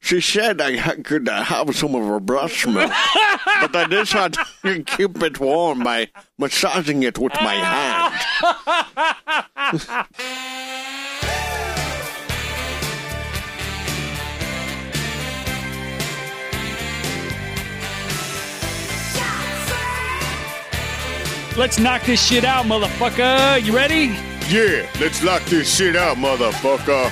She said I ha- could uh, have some of her breast milk, but I decided to keep it warm by massaging it with my hand. Let's knock this shit out, motherfucker. You ready? Yeah, let's lock this shit out, motherfucker.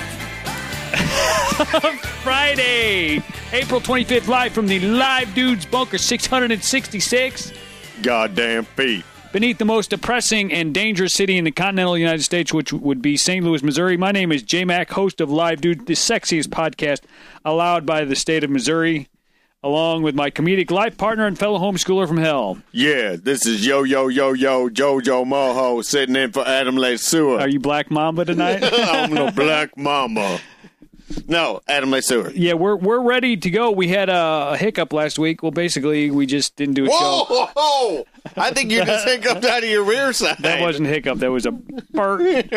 Friday, April 25th, live from the Live Dudes Bunker 666. Goddamn feet. Beneath the most depressing and dangerous city in the continental United States, which would be St. Louis, Missouri. My name is J Mac, host of Live Dude, the sexiest podcast allowed by the state of Missouri, along with my comedic life partner and fellow homeschooler from hell. Yeah, this is Yo Yo Yo Yo Jojo Moho sitting in for Adam Are LeSueur. you Black Mamba tonight? I'm the Black Mama. No, Adam LeSueur. yeah, we're we're ready to go. We had a, a hiccup last week. Well, basically, we just didn't do a show. Whoa! ho, ho. I think you just hiccuped out of your rear side. That wasn't a hiccup. That was a burp.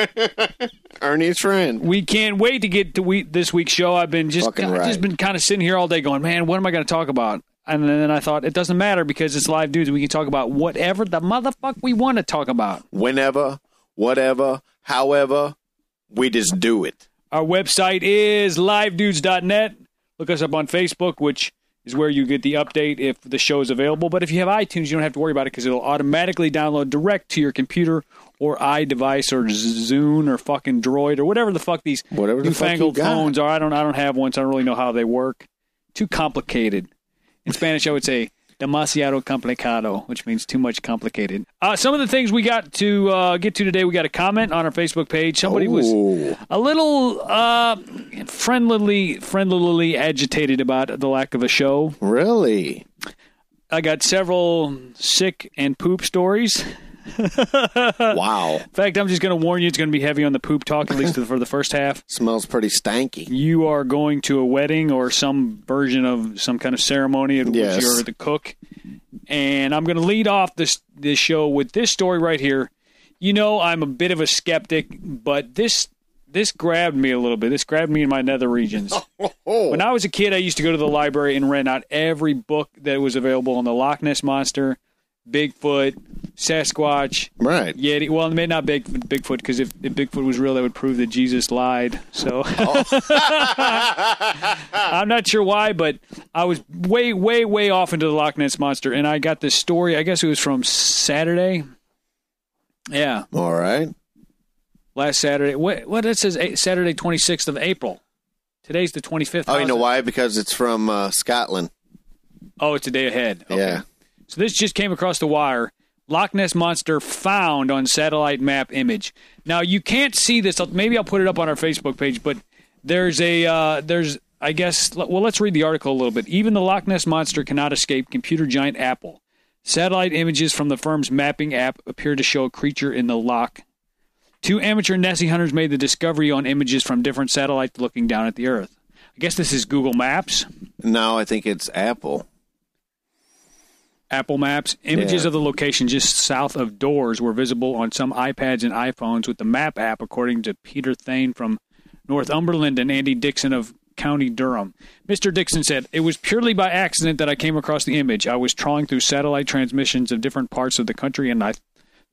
Ernie's friend. we can't wait to get to we, this week's show. I've been just Fucking I've right. just been kind of sitting here all day going, man, what am I going to talk about? And then I thought it doesn't matter because it's live dudes. We can talk about whatever the motherfuck we want to talk about. Whenever, whatever, however, we just do it. Our website is livedudes.net. Look us up on Facebook, which is where you get the update if the show is available. But if you have iTunes, you don't have to worry about it because it'll automatically download direct to your computer or iDevice or Zune or fucking Droid or whatever the fuck these Whatever the fuck you newfangled got. phones are. I don't I don't have one, so I don't really know how they work. Too complicated. In Spanish, I would say demasiado complicado, which means too much complicated. Uh, some of the things we got to uh, get to today, we got a comment on our Facebook page. Somebody was Ooh. a little uh, friendlily, friendlily agitated about the lack of a show. Really? I got several sick and poop stories. Uh, Wow. In fact, I'm just going to warn you, it's going to be heavy on the poop talk, at least for the first half. Smells pretty stanky. You are going to a wedding or some version of some kind of ceremony at Yes. which you're the cook. And I'm going to lead off this, this show with this story right here. You know, I'm a bit of a skeptic, but this this grabbed me a little bit. This grabbed me in my nether regions. Oh. When I was a kid, I used to go to the library and rent out every book that was available on the Loch Ness Monster, Bigfoot, Sasquatch, Right. Yeti. Well, maybe not Big, Bigfoot, because if, if Bigfoot was real, that would prove that Jesus lied. So Oh. I'm not sure why, but I was way, way, way off into the Loch Ness Monster, and I got this story. I guess it was from Saturday. Yeah, All right. last Saturday. What? What? It says eh, Saturday, 26th of April. Today's the 25th. Oh, you know How's it- why? Because it's from uh, Scotland. Oh, it's a day ahead. Okay. Yeah. So this just came across the wire. Loch Ness monster found on satellite map image. Now you can't see this. I'll- Maybe I'll put it up on our Facebook page. But there's a uh, there's I guess well let's read the article a little bit. Even the Loch Ness monster cannot escape computer giant Apple. Satellite images from the firm's mapping app appear to show a creature in the loch. Two amateur Nessie hunters made the discovery on images from different satellites looking down at the Earth. I guess this is Google Maps. Now I think it's Apple. Apple Maps. Images Yeah. of the location just south of Doors were visible on some iPads and iPhones with the Map app, according to Peter Thane from Northumberland and Andy Dixon of County Durham. Mr. Dixon said, It was purely by accident that I came across the image. I was trawling through satellite transmissions of different parts of the country and I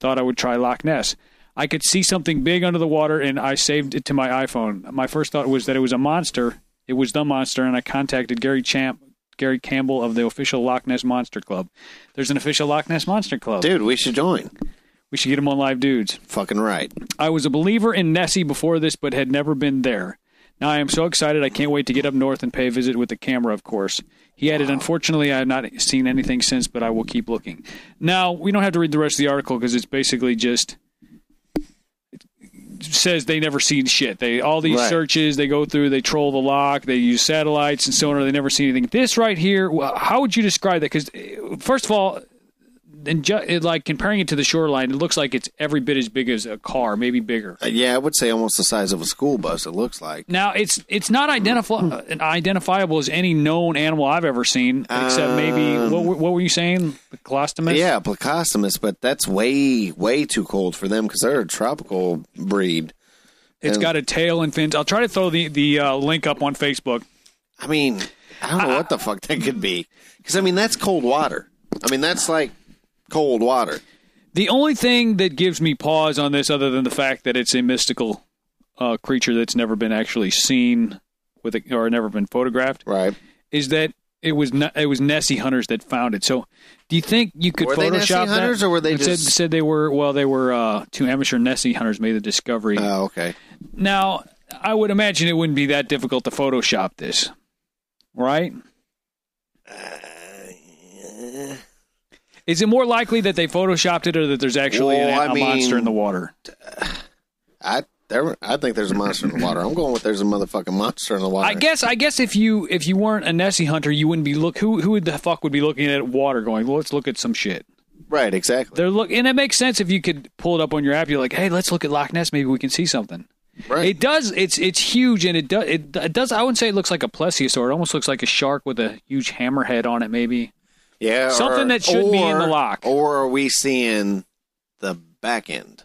thought I would try Loch Ness. I could see something big under the water and I saved it to my iPhone. My first thought was that it was a monster. It was the monster, and I contacted Gary Champ. Gary Campbell of the official Loch Ness Monster Club. There's an official Loch Ness Monster Club. Dude, we should join. We should get him on Live Dudes. Fucking right. I was a believer in Nessie before this, but had never been there. Now I am so excited. I can't wait to get up north and pay a visit with the camera, of course. He added, Unfortunately, I have not seen anything since, but I will keep looking. Now, we don't have to read the rest of the article because it's basically just. It says they never seen shit. They all these Right. searches they go through, they troll the lock, they use satellites and sonar. They never see anything. This right here, wh- how would you describe that? Because first of all, and ju- it, like comparing it to the shoreline, it looks like it's every bit as big as a car, maybe bigger. Uh, yeah, I would say almost the size of a school bus, it looks like. Now it's it's not Hmm. identifi- uh, identifiable as any known animal I've ever seen, except maybe what, were- what were you saying? The colostomus? Um, Yeah, placostomus, but that's way, way too cold for them because they're a tropical breed. it's got a tail and fins. I'll try to throw the the uh, link up on Facebook. I mean, I don't know what the fuck that could be. Because I mean, that's cold water. I mean, that's like cold water. The only thing that gives me pause on this, other than the fact that it's a mystical uh, creature that's never been actually seen with a, or never been photographed, Right. is that it was ne- it was Nessie hunters that found it. So, do you think you could Were they Photoshop Nessie that? hunters, or were they It said, just- said they were? Well, they were uh, two amateur Nessie hunters made the discovery. Oh, okay. now, I would imagine it wouldn't be that difficult to Photoshop this, right? Is it more likely that they photoshopped it, or that there's actually Well, an- I a monster mean- in the water? I there, I think there's a monster in the water. I'm going with there's a motherfucking monster in the water. I guess I guess if you if you weren't a Nessie hunter, you wouldn't be look who who the fuck would be looking at water going, well, let's look at some shit. right, exactly. They're look and it makes sense if you could pull it up on your app, you're like, hey, let's look at Loch Ness, maybe we can see something. Right. It does it's it's huge and it does it, it does I wouldn't say it looks like a plesiosaur, it almost looks like a shark with a huge hammerhead on it maybe. yeah, something that should be in the lock. Or are we seeing the back end?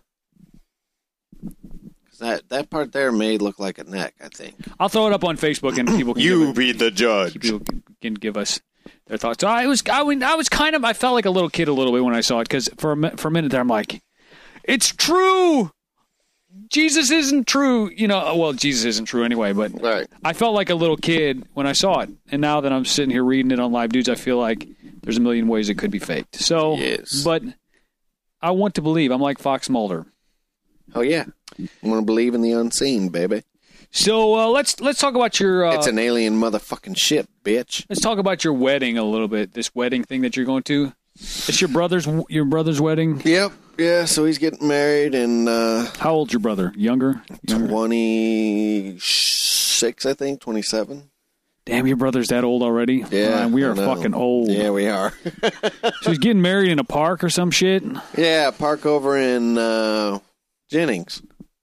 'Cause That that part there may look like a neck. I think. I'll throw it up on Facebook and people can give You it- be the judge. people can- can give us their thoughts. I was I, went, I was kind of I felt like a little kid a little bit when I saw it because for a, mi- for a minute there I'm like, it's true. Jesus isn't true, you know. Well, Jesus isn't true anyway, but Right. I felt like a little kid when I saw it, and now that I'm sitting here reading it on Live Dudes, I feel like there's a million ways it could be faked. So, Yes. but I want to believe. I'm like Fox Mulder. Oh yeah. I'm gonna believe in the unseen, baby. So uh, let's let's talk about your. Uh, It's an alien motherfucking ship, bitch. Let's talk about your wedding a little bit. This wedding thing that you're going to. It's your brother's your brother's wedding. Yep. Yeah. So he's getting married in uh, How old's your brother? Younger? Younger? 26, I think, 27. Damn, your brother's that old already. Yeah. Ryan, we are I know. fucking old. Yeah, we are. So he's getting married in a park or some shit. yeah. Park over in uh, Jennings.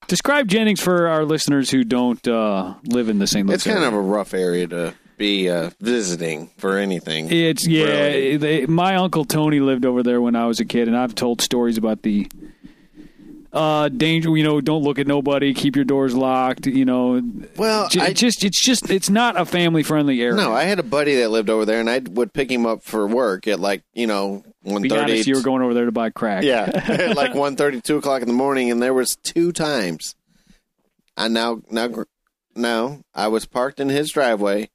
Describe Jennings for our listeners who don't uh, live in the St. Louis. It's kind area. of a rough area to be uh, visiting for anything. It's yeah. Really. They, my uncle Tony lived over there when I was a kid, and I've told stories about the uh, danger. You know, don't look at nobody. Keep your doors locked. You know, Well, j- I just it's just it's not a family friendly area. no, I had a buddy that lived over there, and I would pick him up for work at like you know one Be honest, you were thirty. going over there to buy crack. Yeah, at like one thirty, two o'clock in the morning, and there was two times. I now now gr- now I was parked in his driveway,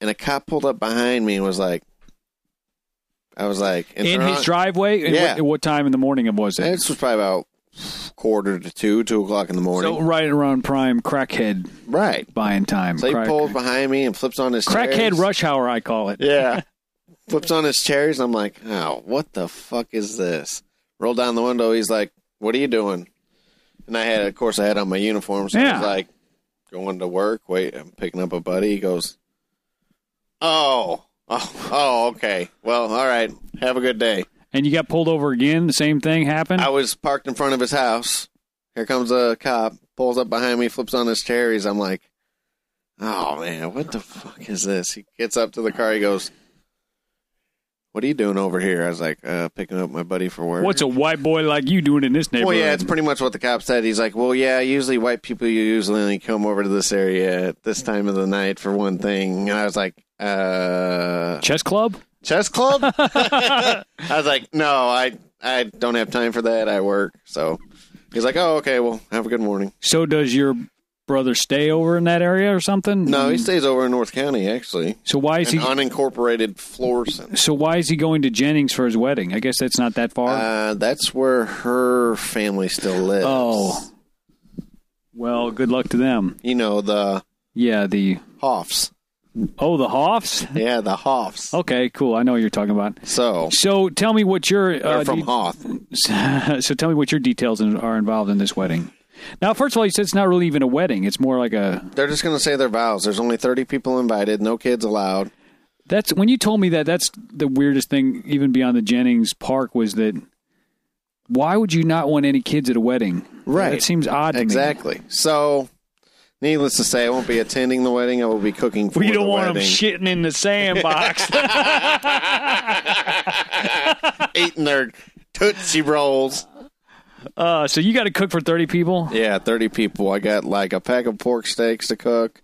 and a cop pulled up behind me and was like, "I was like and in they're his on- driveway. And Yeah. what, what time in the morning was it? This was probably about quarter to two, two o'clock in the morning, So right around prime crackhead right?" buying time. So he Crack- pulls behind me and flips on his chairs. crackhead rush hour, I call it. Yeah. Flips on his chairs. I'm like, oh, what the fuck is this? Roll down the window. He's like, what are you doing? And I had, of course, I had on my uniform. So I Yeah. was like, going to work. Wait, I'm picking up a buddy. He goes, oh, oh, oh, okay. Well, all right. Have a good day. And you got pulled over again. The same thing happened. I was parked in front of his house. Here comes a cop, pulls up behind me, flips on his cherries. I'm like, oh man, what the fuck is this? He gets up to the car. He goes, what are you doing over here? I was like, uh, picking up my buddy for work. What's a white boy like you doing in this well, neighborhood? yeah, it's pretty much what the cop said. He's like, well, yeah, usually white people usually only come over to this area at this time of the night for one thing. And I was like, uh, chess club. chess club? I was like, no, I I don't have time for that. I work. So he's like, oh, okay, well, have a good morning. So does your brother stay over in that area or something? No, he stays over in North County, actually. So why Mm. is An he? unincorporated Florissant. so why is he going to Jennings for his wedding? I guess that's not that far. Uh, that's where her family still lives. oh. Well, good luck to them. You know, the Yeah, the Hoffs. oh the Hoffs. Yeah, the Hoffs. Okay, cool. I know what you're talking about. So, So tell me what your they're uh, from de- Hoth. so tell me what your details in, are involved in this wedding. Now, first of all, you said it's not really even a wedding; it's more like a. They're just going to say their vows. There's only 30 people invited, no kids allowed. That's when you told me that. That's the weirdest thing, even beyond the Jennings Park, was that. Why would you not want any kids at a wedding? Right. It seems odd. to me. Exactly. So, needless to say, I won't be attending the wedding. I will be cooking for We the don't want wedding. them shitting in the sandbox. eating their Tootsie Rolls. uh, so you got to cook for thirty people. Yeah, 30 people. I got like a pack of pork steaks to cook.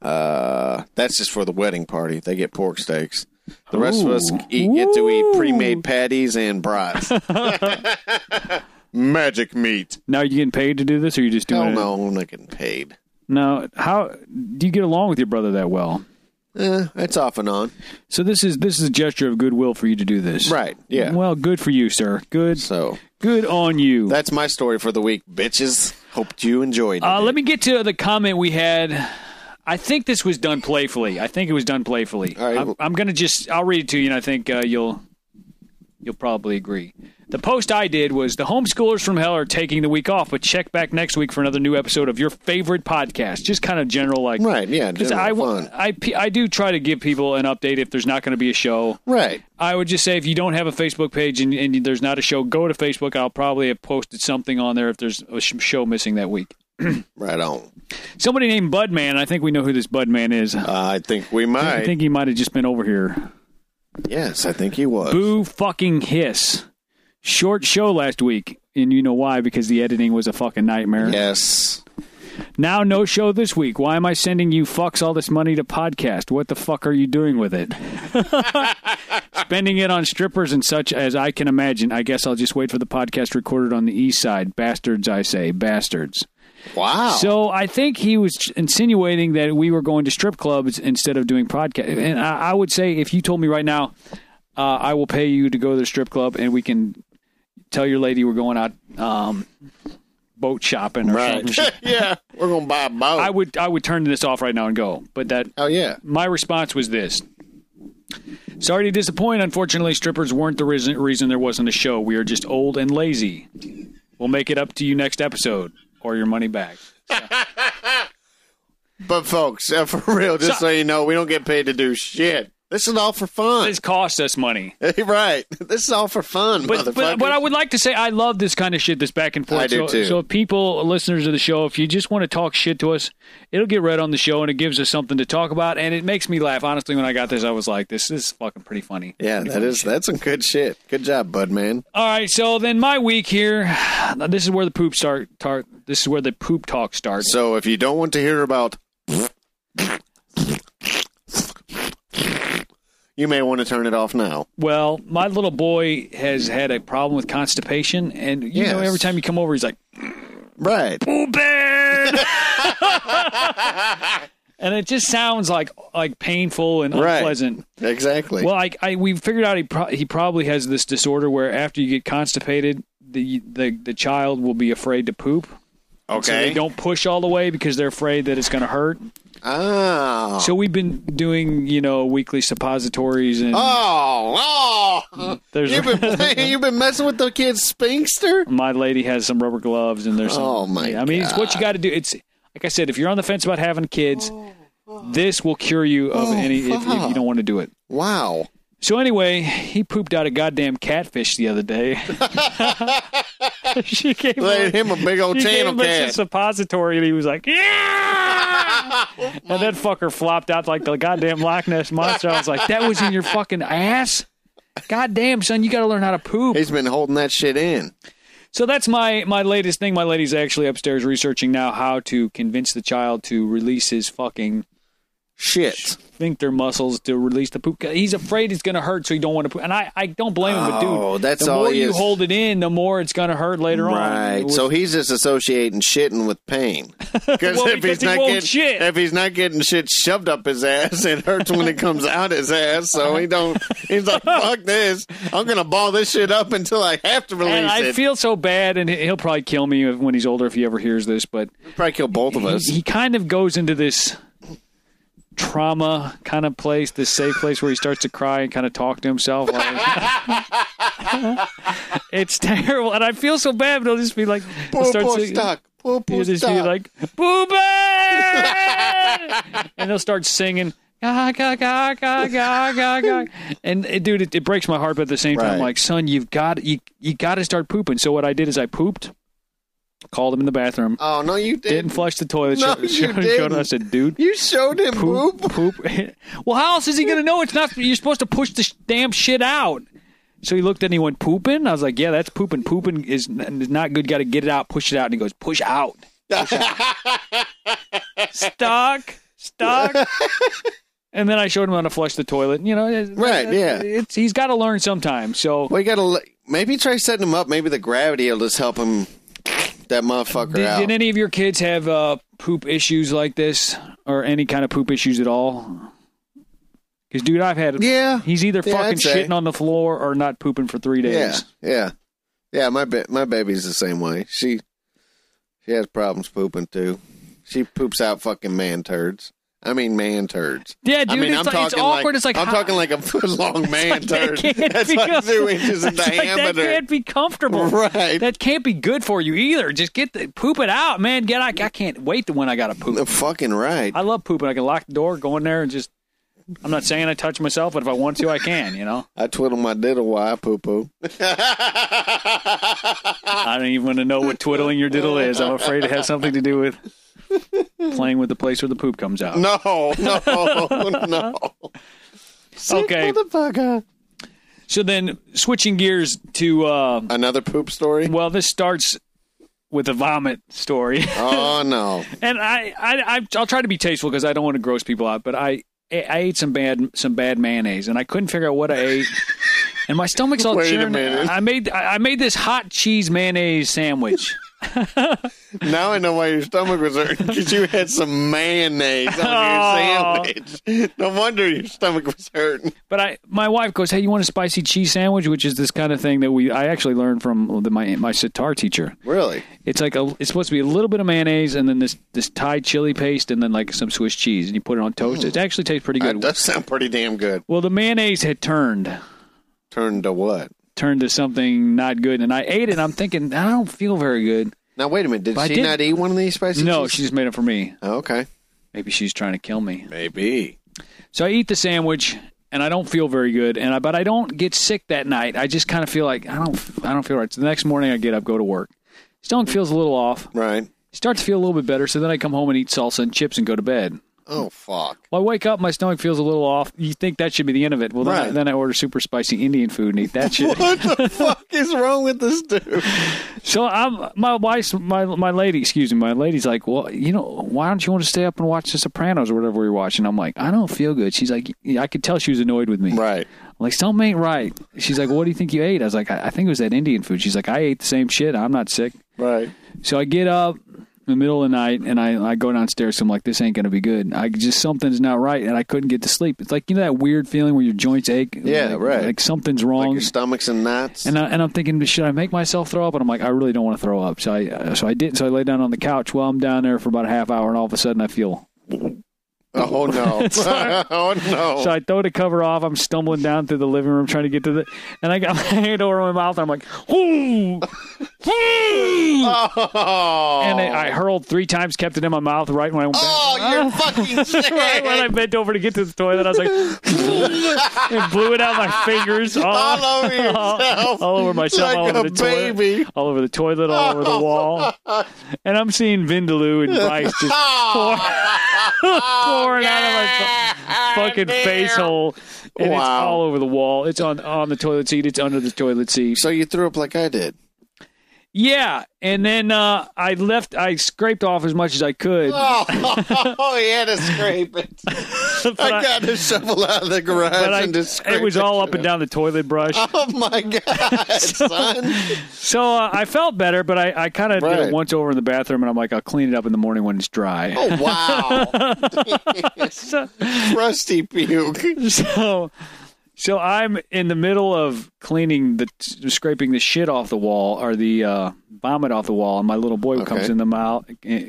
Uh, that's just for the wedding party. They get pork steaks. The rest of us eat, get to eat pre-made patties and brats. Magic meat. Now, you getting paid to do this, or you just Hell doing it? no, I'm not getting paid. Now, how do you get along with your brother that well? Eh, it's off and on. So this is this is a gesture of goodwill for you to do this, Right, yeah. Well, good for you, sir. Good, So good on you. that's my story for the week, bitches. Hope you enjoyed it. Uh, let me get to the comment we had. I think this was done playfully. I think it was done playfully. All right. I'm, I'm going to just I'll read it to you, and I think uh, you'll you'll probably agree. The post I did was the homeschoolers from hell are taking the week off, but check back next week for another new episode of your favorite podcast. Just kind of general, like Right, yeah, because general I fun. I pe- I do try to give people an update if there's not going to be a show. right. I would just say if you don't have a Facebook page and, and there's not a show, go to Facebook. I'll probably have posted something on there if there's a sh- show missing that week. Right on. Somebody named Budman. I think we know who this Budman is. I think we might. I think he might have just been over here. yes, I think he was. Boo fucking hiss. Short show last week. And you know why? Because the editing was a fucking nightmare. Yes. Now, no show this week. Why am I sending you fucks all this money to podcast? What the fuck are you doing with it? Spending it on strippers and such as I can imagine. I guess I'll just wait for the podcast recorded on the east side. Bastards, I say. Bastards. Wow. So I think he was insinuating that we were going to strip clubs instead of doing podcast. And I, I would say if you told me right now, uh, I will pay you to go to the strip club and we can tell your lady we're going out um, boat shopping or right. something. yeah. We're gonna buy a boat. I would I would turn this off right now and go. But that oh yeah. my response was this. Sorry to disappoint. Unfortunately, strippers weren't the reason, reason there wasn't a show. We are just old and lazy. We'll make it up to you next episode or your money back. But folks, uh, for real, just so, So- you know, we don't get paid to do shit. This is all for fun. This cost us money. right. This is all for fun, But, motherfucker. but what I would like to say, I love this kind of shit, this back and forth. I do so, too. so if people, listeners of the show, if you just want to talk shit to us, it'll get read on the show and it gives us something to talk about. And it makes me laugh. Honestly, when I got this, I was like, this is fucking pretty funny. yeah, that is that's some good shit. Good job, bud man. All right. So then my week here, now this is where the poop start. Tar, this is where the poop talk starts. So if you don't want to hear about you may want to turn it off now. Well, my little boy has had a problem with constipation. And, you know, Yes. every time you come over, he's like, Right. poop bed. and it just sounds like like painful and Right. unpleasant. Exactly. Well, I, I we figured out he pro- he probably has this disorder where after you get constipated, the the the child will be afraid to poop. okay. So they don't push all the way because they're afraid that it's going to hurt. Oh. So we've been doing, you know, weekly suppositories and Oh, oh. There's- you've been playing, you've been messing with the kid's spinster. my lady has some rubber gloves and there's some, Oh, my Yeah, I mean, it's what you got to do. It's like I said, if you're on the fence about having kids, this will cure you of Oh, any if, if you don't want to do it. Wow. So anyway, he pooped out a goddamn catfish the other day. she gave Played him a big old she gave channel him this cat. suppository, and he was like, "Yeah!" and that fucker flopped out like the goddamn Loch Ness monster. I was like, "That was in your fucking ass." Goddamn, son, you got to learn how to poop. He's been holding that shit in. So that's my my latest thing. My lady's actually upstairs researching now how to convince the child to release his fucking Shit. sphincter muscles to release the poop. He's afraid it's going to hurt, so he don't want to poop. And I, I don't blame him, but dude, Oh, that's the all more he you is. hold it in, the more it's going to hurt later on. Right. It was- So he's just associating shitting with pain. Because Well, because he won't getting shit. if he's not getting shit shoved up his ass, it hurts when it comes out his ass. So he don't. He's like, fuck this. I'm gonna ball this shit up until I have to release and I it. feel so bad, and he- he'll probably kill me if- when he's older if he ever hears this. But Probably kill both of he, us. he kind of goes into this trauma kind of place, this safe place where he starts to cry and kind of talk to himself. like- it's terrible, and I feel so bad. But he'll just be like, Poor, start poor to- stock. Poor, He'll poor just be stock. like, "Booba," and they'll start singing. Ga, ga, ga, ga, ga, ga, ga. And it, dude, it, it breaks my heart, but at the same time, Right. like, son, you've got you you got to start pooping. So what I did is I pooped, called him in the bathroom, oh no, you didn't flush the toilet. No, showed, you showed, showed him. I didn't. said, dude, You showed him poop, poop. poop. well, how else is he gonna know it's not? You're supposed to push this damn shit out. So he looked at me and he went pooping. I was like, yeah, that's pooping. Pooping is, is not good. Got to get it out, push it out. And he goes, push out, push out. Stock, Stock. and then I showed him how to flush the toilet. You know, it- Right, it- yeah. It's, he's got to learn sometime. So Well, you gotta l- maybe try setting him up. Maybe the gravity will just help him that motherfucker Did, out. did any of your kids have uh, poop issues like this, or any kind of poop issues at all? Because dude, I've had. yeah, He's either Yeah, fucking I'd say. shitting on the floor or not pooping for three days. yeah, yeah, yeah. My ba- my baby's the same way. She she has problems pooping too. She poops out fucking man turds. I mean man turds. Yeah, dude, I mean, it's, I'm like, talking it's awkward. Like, it's like I'm how- talking like a foot long man like, that turd. can't That's be like good. two inches in It's like, that diameter. can't be comfortable. Right. That can't be good for you either. Just get the poop it out, man. Get I, I can't wait to when I got to poop. fucking right. I love pooping. I can lock the door, go in there, and just. I'm not saying I touch myself, but if I want to, I can. You know, I twiddle my diddle while I poo poo. I don't even want to know what twiddling your diddle is. I'm afraid it has something to do with playing with the place where the poop comes out. No, no, no. Sick Okay. motherfucker. So then, switching gears to uh, Another poop story? well, this starts with a vomit story. Oh no. and I, I, I I'll try to be tasteful because I don't want to gross people out. But I, I ate some bad, some bad mayonnaise, and I couldn't figure out what I ate. and my stomach's all Wait a churned. minute. I made, I I made this hot cheese mayonnaise sandwich. Now I know why your stomach was hurting because you had some mayonnaise on your sandwich. No wonder your stomach was hurting. But I, my wife goes, "Hey, you want a spicy cheese sandwich?" Which is this kind of thing that we, I actually learned from the, my my sitar teacher. Really? It's like a, it's supposed to be a little bit of mayonnaise and then this this Thai chili paste and then like some Swiss cheese, and you put it on toast. It actually tastes pretty That good. does sound pretty damn good. Well, the mayonnaise had turned. Turned to what? turned to something not good, and I ate it. and I'm thinking I don't feel very good. Now wait a minute. Did But I she did- not eat one of these spicy? No, cheese- she just made it for me. Oh, okay. Maybe she's trying to kill me. Maybe. So I eat the sandwich, and I don't feel very good. And I but I don't get sick that night. I just kind of feel like I don't I don't feel right. So the next morning I get up, go to work. Stomach feels a little off. Right. Starts to feel a little bit better. So then I come home and eat salsa and chips and go to bed. Oh fuck. Well, I wake up, my stomach feels a little off. You think that should be the end of it? Well, then, I, Right. then I order super spicy Indian food and eat that shit. What the fuck is wrong with this dude? So I'm my wife's my my lady, excuse me, my lady's like, well, you know, why don't you want to stay up and watch The Sopranos or whatever we were watching? I'm like, I don't feel good. She's like, yeah, I could tell she was annoyed with me. Right. I'm like something ain't right. She's like, what do you think you ate? I was like, I, I think it was that Indian food. She's like, I ate the same shit. I'm not sick. Right. So I get up in the middle of the night and I, I go downstairs. I'm like, this ain't gonna be good. I just something's not right, and I couldn't get to sleep. It's like you know that weird feeling where your joints ache. Yeah, Like- right. Like something's wrong. Like your stomach's in knots. And, I, and I'm thinking, should I make myself throw up? And I'm like, I really don't want to throw up. So I uh, so I did. So I lay down on the couch. Well, I'm down there for about a half hour, and all of a sudden I feel. oh no. oh no. So I throw the cover off. I'm stumbling down through the living room trying to get to the, and I got my hand over my mouth. And I'm like, ooh, ooh. oh. and I, I hurled three times, kept it in my mouth. Right when I went, oh, you're fucking sick. right when I bent over to get to the toilet, I was like, and blew it out my fingers. All, all over yourself. all over myself, like all over a the toilet, baby. all over the toilet, all over the wall, and I'm seeing Vindaloo and Bryce just pour, Ah. pouring out of my fu- fucking face hole, and it's Wow. all over the wall. It's on on the toilet seat. It's under the toilet seat. So you threw up like I did. Yeah, and then uh, I left. I scraped off as much as I could. Oh, he had to scrape it. but I I- got to shovel out of the garage but I- and just scrape it was all up and down the toilet brush. Oh my god, son! So uh, I felt better, but I, I kind of did Right. it once over in the bathroom, and I'm like, I'll clean it up in the morning when it's dry. Oh wow, Oh. So- rusty puke. so so I'm in the middle of cleaning the scraping the shit off the wall or the uh, vomit off the wall, and my little boy comes in the mouth,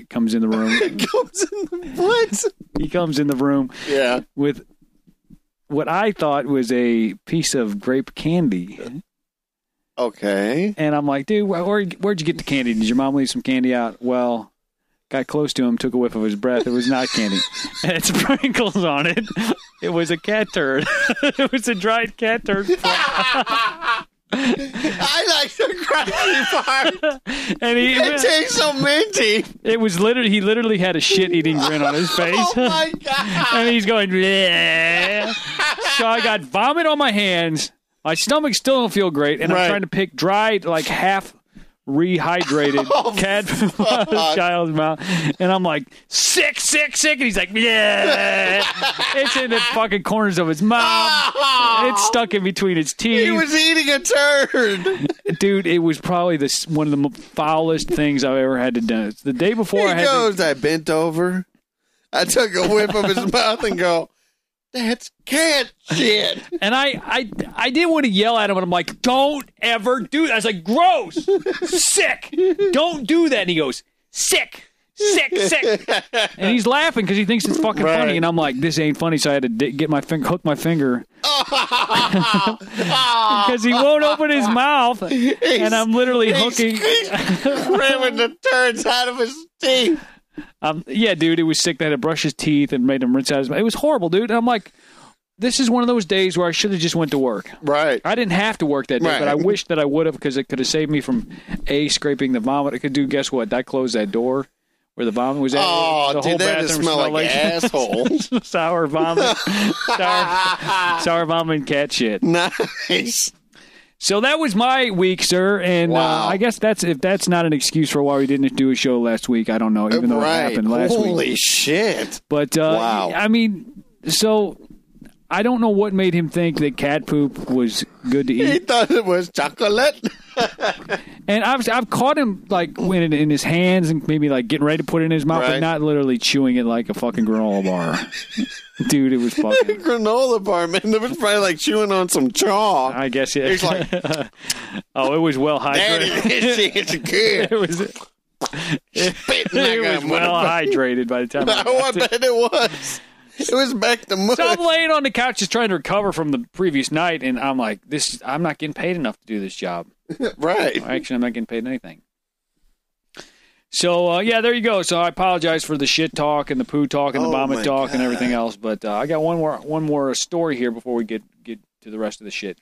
comes in the room. Comes in the what? he comes in the room Yeah, with what I thought was a piece of grape candy, okay. and I'm like, dude, where, where, where'd you get the candy? Did your mom leave some candy out? Well. Got close to him, took a whiff of his breath. It was not candy. It had sprinkles on it. It was a cat turd. it was a dried cat turd I like the crusty part. and he It tastes so minty. it was literally he literally had a shit eating grin on his Oh face my god! and he's going "Bleh." so i got vomit on my hands my stomach still don't feel great and Right. i'm trying to pick dried like half rehydrated Oh, cat food out of child's mouth. And I'm like, sick, sick, sick. And he's like, yeah. it's in the fucking corners of his mouth. It's stuck in between his teeth. He was eating a turd. Dude, it was probably the, s- one of the m- foulest things I've ever had to do. It's The day before he I had to goes, I bent over. I took a whip of his mouth and go, that's cat shit. And I, I, I did want to yell at him, but I'm like, don't ever do that. I was like, gross, sick, don't do that. And he goes, sick, sick, sick. And he's laughing because he thinks it's fucking Right. funny. And I'm like, this ain't funny. So I had to di- get my finger, hook my finger. Because he won't open his mouth. And I'm literally hooking. He's cramming the turds out of his teeth. Um, yeah, dude, it was sick. They had to brush his teeth and made him rinse out his mouth. It was horrible, dude. And I'm like, this is one of those days where I should have just went to work. Right. I didn't have to work that day, Right. but I wish that I would have because it could have saved me from a scraping the vomit. I could do. Guess what? I closed that door where the vomit was at. Oh, the whole dude, that bathroom just smell like, smelled asshole. sour vomit, sour, sour vomit, and cat shit. nice. So that was my week, sir. And Wow. uh, I guess that's if that's not an excuse for why we didn't do a show last week. I don't know, even though it right. happened last week. Holy shit. But uh, Wow. I mean, so I don't know what made him think that cat poop was good to eat. He thought it was chocolate. And I've I've caught him like when it, in his hands and maybe like getting ready to put it in his mouth, but Right. not literally chewing it like a fucking granola bar. Dude, it was fucking. Granola bar, man. It was probably like chewing on some chaw. I guess yeah. He's like- oh, it was well Daddy, hydrated. this shit's It good. was it Spitting like a was well motherfucker. hydrated by the time. I Oh, I got to- bet it was. It was back to mud. So I'm laying on the couch just trying to recover from the previous night, and I'm like, this. I'm not getting paid enough to do this job. right. Actually, I'm not getting paid anything. So uh, yeah, there you go. So I apologize for the shit talk and the poo talk and the Oh, vomit my talk and everything else, but uh, I got one more one more story here before we get get to the rest of the shit.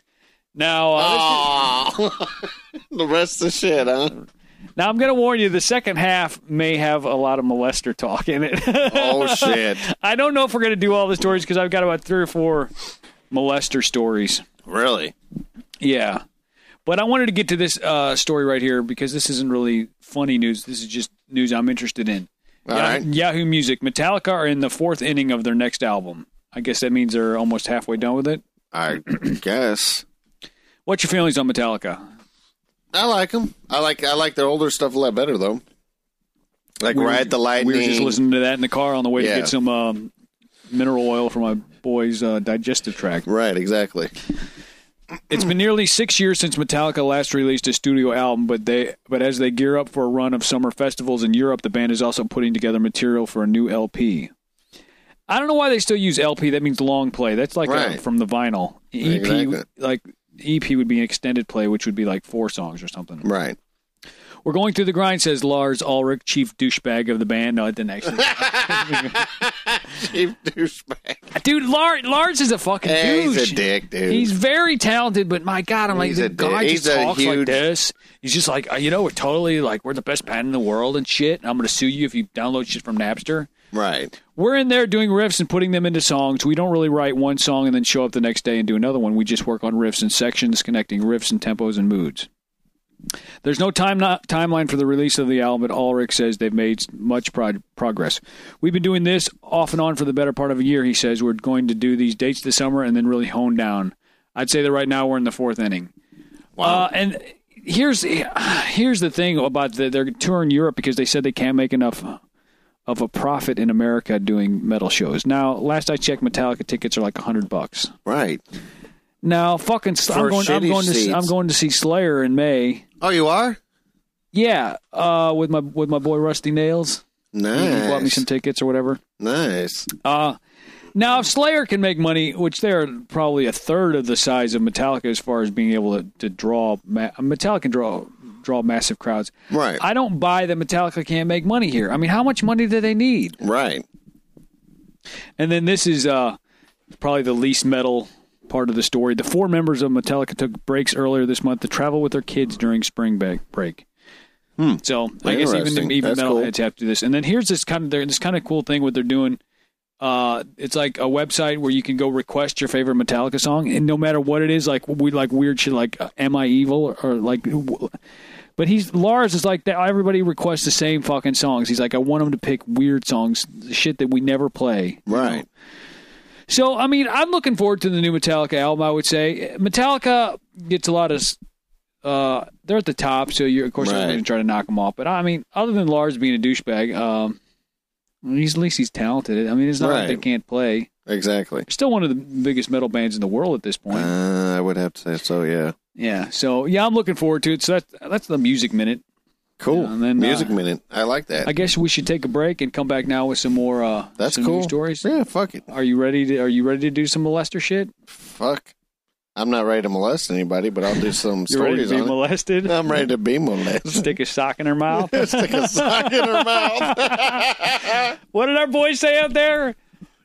Now, uh, this- Oh. the rest of the shit, huh? now I'm going to warn you: the second half may have a lot of molester talk in it. Oh, shit. I don't know if we're going to do all the stories because I've got about three or four molester stories. Really? Yeah. But I wanted to get to this uh, story right here because this isn't really funny news. This is just news I'm interested in. All Yah- right. Yahoo Music. Metallica are in the fourth inning of their next album. I guess that means they're almost halfway done with it. I guess. What's your feelings on Metallica? I like them. I like I like their older stuff a lot better though. Like We were- Ride the Lightning. We were just listening to that in the car on the way Yeah. to get some um, mineral oil for my boy's uh, digestive tract. Right, exactly. It's been nearly six years since Metallica last released a studio album, but they but as they gear up for a run of summer festivals in Europe, the band is also putting together material for a new LP. I don't know why they still use LP. That means long play. That's like a- Right. from the vinyl. EP Exactly. like EP would be an extended play, which would be like four songs or something. Right. We're going through the grind, says Lars Ulrich, chief douchebag of the band. No, it didn't actually. Chief douchebag. Dude, Lars Lars is a fucking Hey, douche. he's a dick, dude. He's very talented, but my God, I'm like, He's the a dick. guy He's just a talks like huge- this. He's just like, uh, you know, we're totally like, we're the best band in the world and shit. I'm going to sue you if you download shit from Napster. right. We're in there doing riffs and putting them into songs. We don't really write one song and then show up the next day and do another one. We just work on riffs and sections, connecting riffs and tempos and moods. There's no time not, timeline for the release of the album, but Ulrich says they've made much prog- progress. We've been doing this off and on for the better part of a year, he says. We're going to do these dates this summer and then really hone down. I'd say that right now we're in the fourth inning. Uh, and here's here's the thing about the, they're touring Europe because they said they can't make enough of a profit in America doing metal shows. Now, last I checked, Metallica tickets are like a hundred bucks. Right. Now, fucking, I'm For going, I'm shitty going seats. to, I'm going to see Slayer in May. Oh, you are? Yeah, uh, with my with my boy Rusty Nails. He bought me Nice. some tickets or whatever. Nice. Uh, now, if Slayer can make money, which they're probably a third of the size of Metallica as far as being able to, to draw, ma- Metallica can draw draw massive crowds. Right. I don't buy that Metallica can't make money here. I mean, how much money do they need? Right. And then this is uh, probably the least metal part of the story. The four members of Metallica took breaks earlier this month to travel with their kids during spring ba- break. So I guess even Hmm. Interesting. even That's metalheads have to do this. And then here's this kind of they're- this kind of cool thing what they're doing. Uh, it's like a website where you can go request your favorite Metallica song, and no matter what it is, like we like weird shit, like uh, "Am I Evil?" or, or like w- But he's Lars is like that. Everybody requests the same fucking songs. He's like, I want him to pick weird songs, shit that we never play. Right. So, I mean, I'm looking forward to the new Metallica album. I would say Metallica gets a lot of. s- Uh, they're at the top, so you're of course Right. going to try to knock them off. But I mean, other than Lars being a douchebag, um, he's at least he's talented. I mean, it's not like they Right. can't play. Exactly. Still one of the biggest metal bands in the world at this point. Uh, I would have to say so. Yeah. yeah. So yeah, I'm looking forward to it. So that's that's the music minute. Cool. Yeah, and then, Music uh, minute. I like that. I guess we should take a break and come back now with some more. Uh, That's some cool. News stories. yeah. Fuck it. Are you ready to Are you ready to do some molester shit? Fuck. I'm not ready to molest anybody, but I'll do some You're ready to stories be on it. molested. I'm ready to be molested. Stick a sock in her mouth. Stick a sock in her mouth. What did our boy say up there?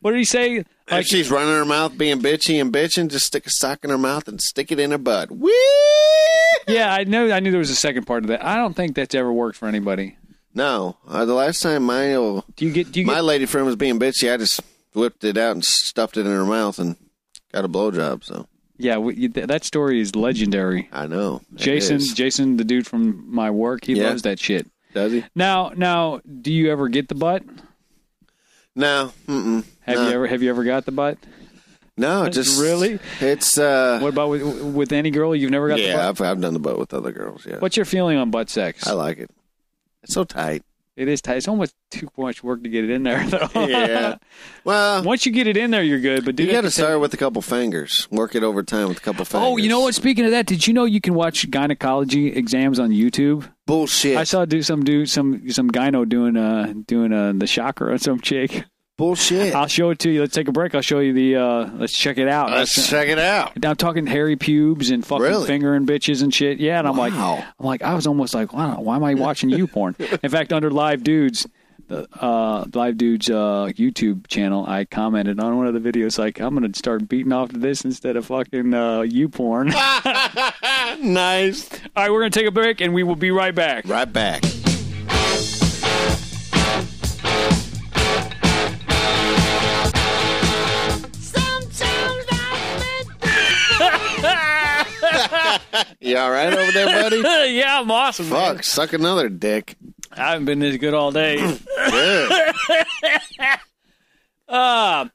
What did he say? if Like, she's running her mouth, being bitchy and bitching, just stick a sock in her mouth and stick it in her butt. Whee! yeah, I know. I knew there was a second part of that. I don't think that's ever worked for anybody. No, uh, the last time my old, Do you get? Do you my get? lady friend was being bitchy, I just whipped it out and stuffed it in her mouth and got a blowjob. So Yeah, we, you- that story is legendary. I know It Jason, is. Jason, the dude from my work, he Yeah. loves that shit. does he? Now, now, do you ever get the butt? No, mm-mm. Have no. you ever? Have you ever got the butt? No, just Really? It's uh, What about with, with any girl you've never got? the yeah, butt? I've, I've done the butt with other girls. Yeah, What's your feeling on butt sex? I like it. It's so tight. It is tight. It's almost too much work to get it in there. Though. Yeah. Well, Once you get it in there, you're good. But dude, you got to that can take- start with a couple fingers. Work it over time with a couple fingers. Oh, you know what? Speaking of that, did you know you can watch gynecology exams on YouTube? Bullshit. I saw do some dude some some gyno doing uh doing uh the chakra on some chick. Bullshit. I'll show it to you. Let's take a break. I'll show you the uh let's check it out. Let's check it out. I'm talking hairy pubes and fucking Really? fingering bitches and shit. Yeah, and I'm like, Wow. I'm like, I was almost like, wow, why am I watching you porn? In fact, under live dudes, the uh, live dudes uh, YouTube channel, I commented on one of the videos like, I'm gonna start beating off to this instead of fucking uh, you porn. All Nice. right, we're gonna take a break and we will be right back. Right back. Sometimes I think You all right over there, buddy? yeah, I'm awesome. man. Fuck, suck another dick. I haven't been this good all day. Good. Ah,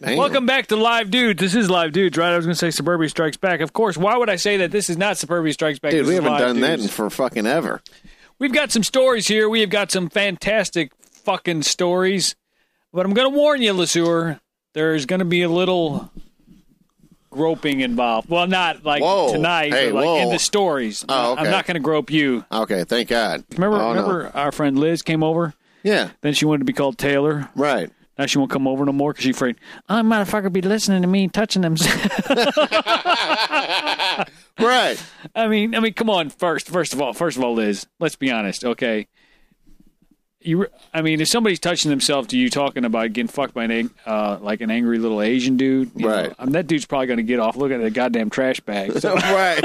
Damn. Welcome back to Live Dudes. This is Live Dudes, right? I was going to say Suburbia Strikes Back. Of course, why would I say that? This is not Suburbia Strikes Back. Dude, This we is haven't Live done that Dudes. in for fucking ever. We've got some stories here. We have got some fantastic fucking stories. But I'm going to warn you, LeSueur, there's going to be a little groping involved. Well, not like Whoa. tonight, Hey, but like in whoa. the stories. Oh, I'm okay. not going to grope you. Okay, thank God. Remember, Oh, no. remember our friend Liz came over? Yeah, Then she wanted to be called Taylor. right. Now she won't come over no more because she's afraid. I motherfucker be listening to me touching them. Right. I mean, I mean, come on. First, first of all, first of all, Liz, let's be honest, okay? You, re- I mean, if somebody's touching themselves to you, talking about getting fucked by an ang- uh, like an angry little Asian dude, you Right. Know, I mean, that dude's probably going to get off looking at a goddamn trash bag. So right.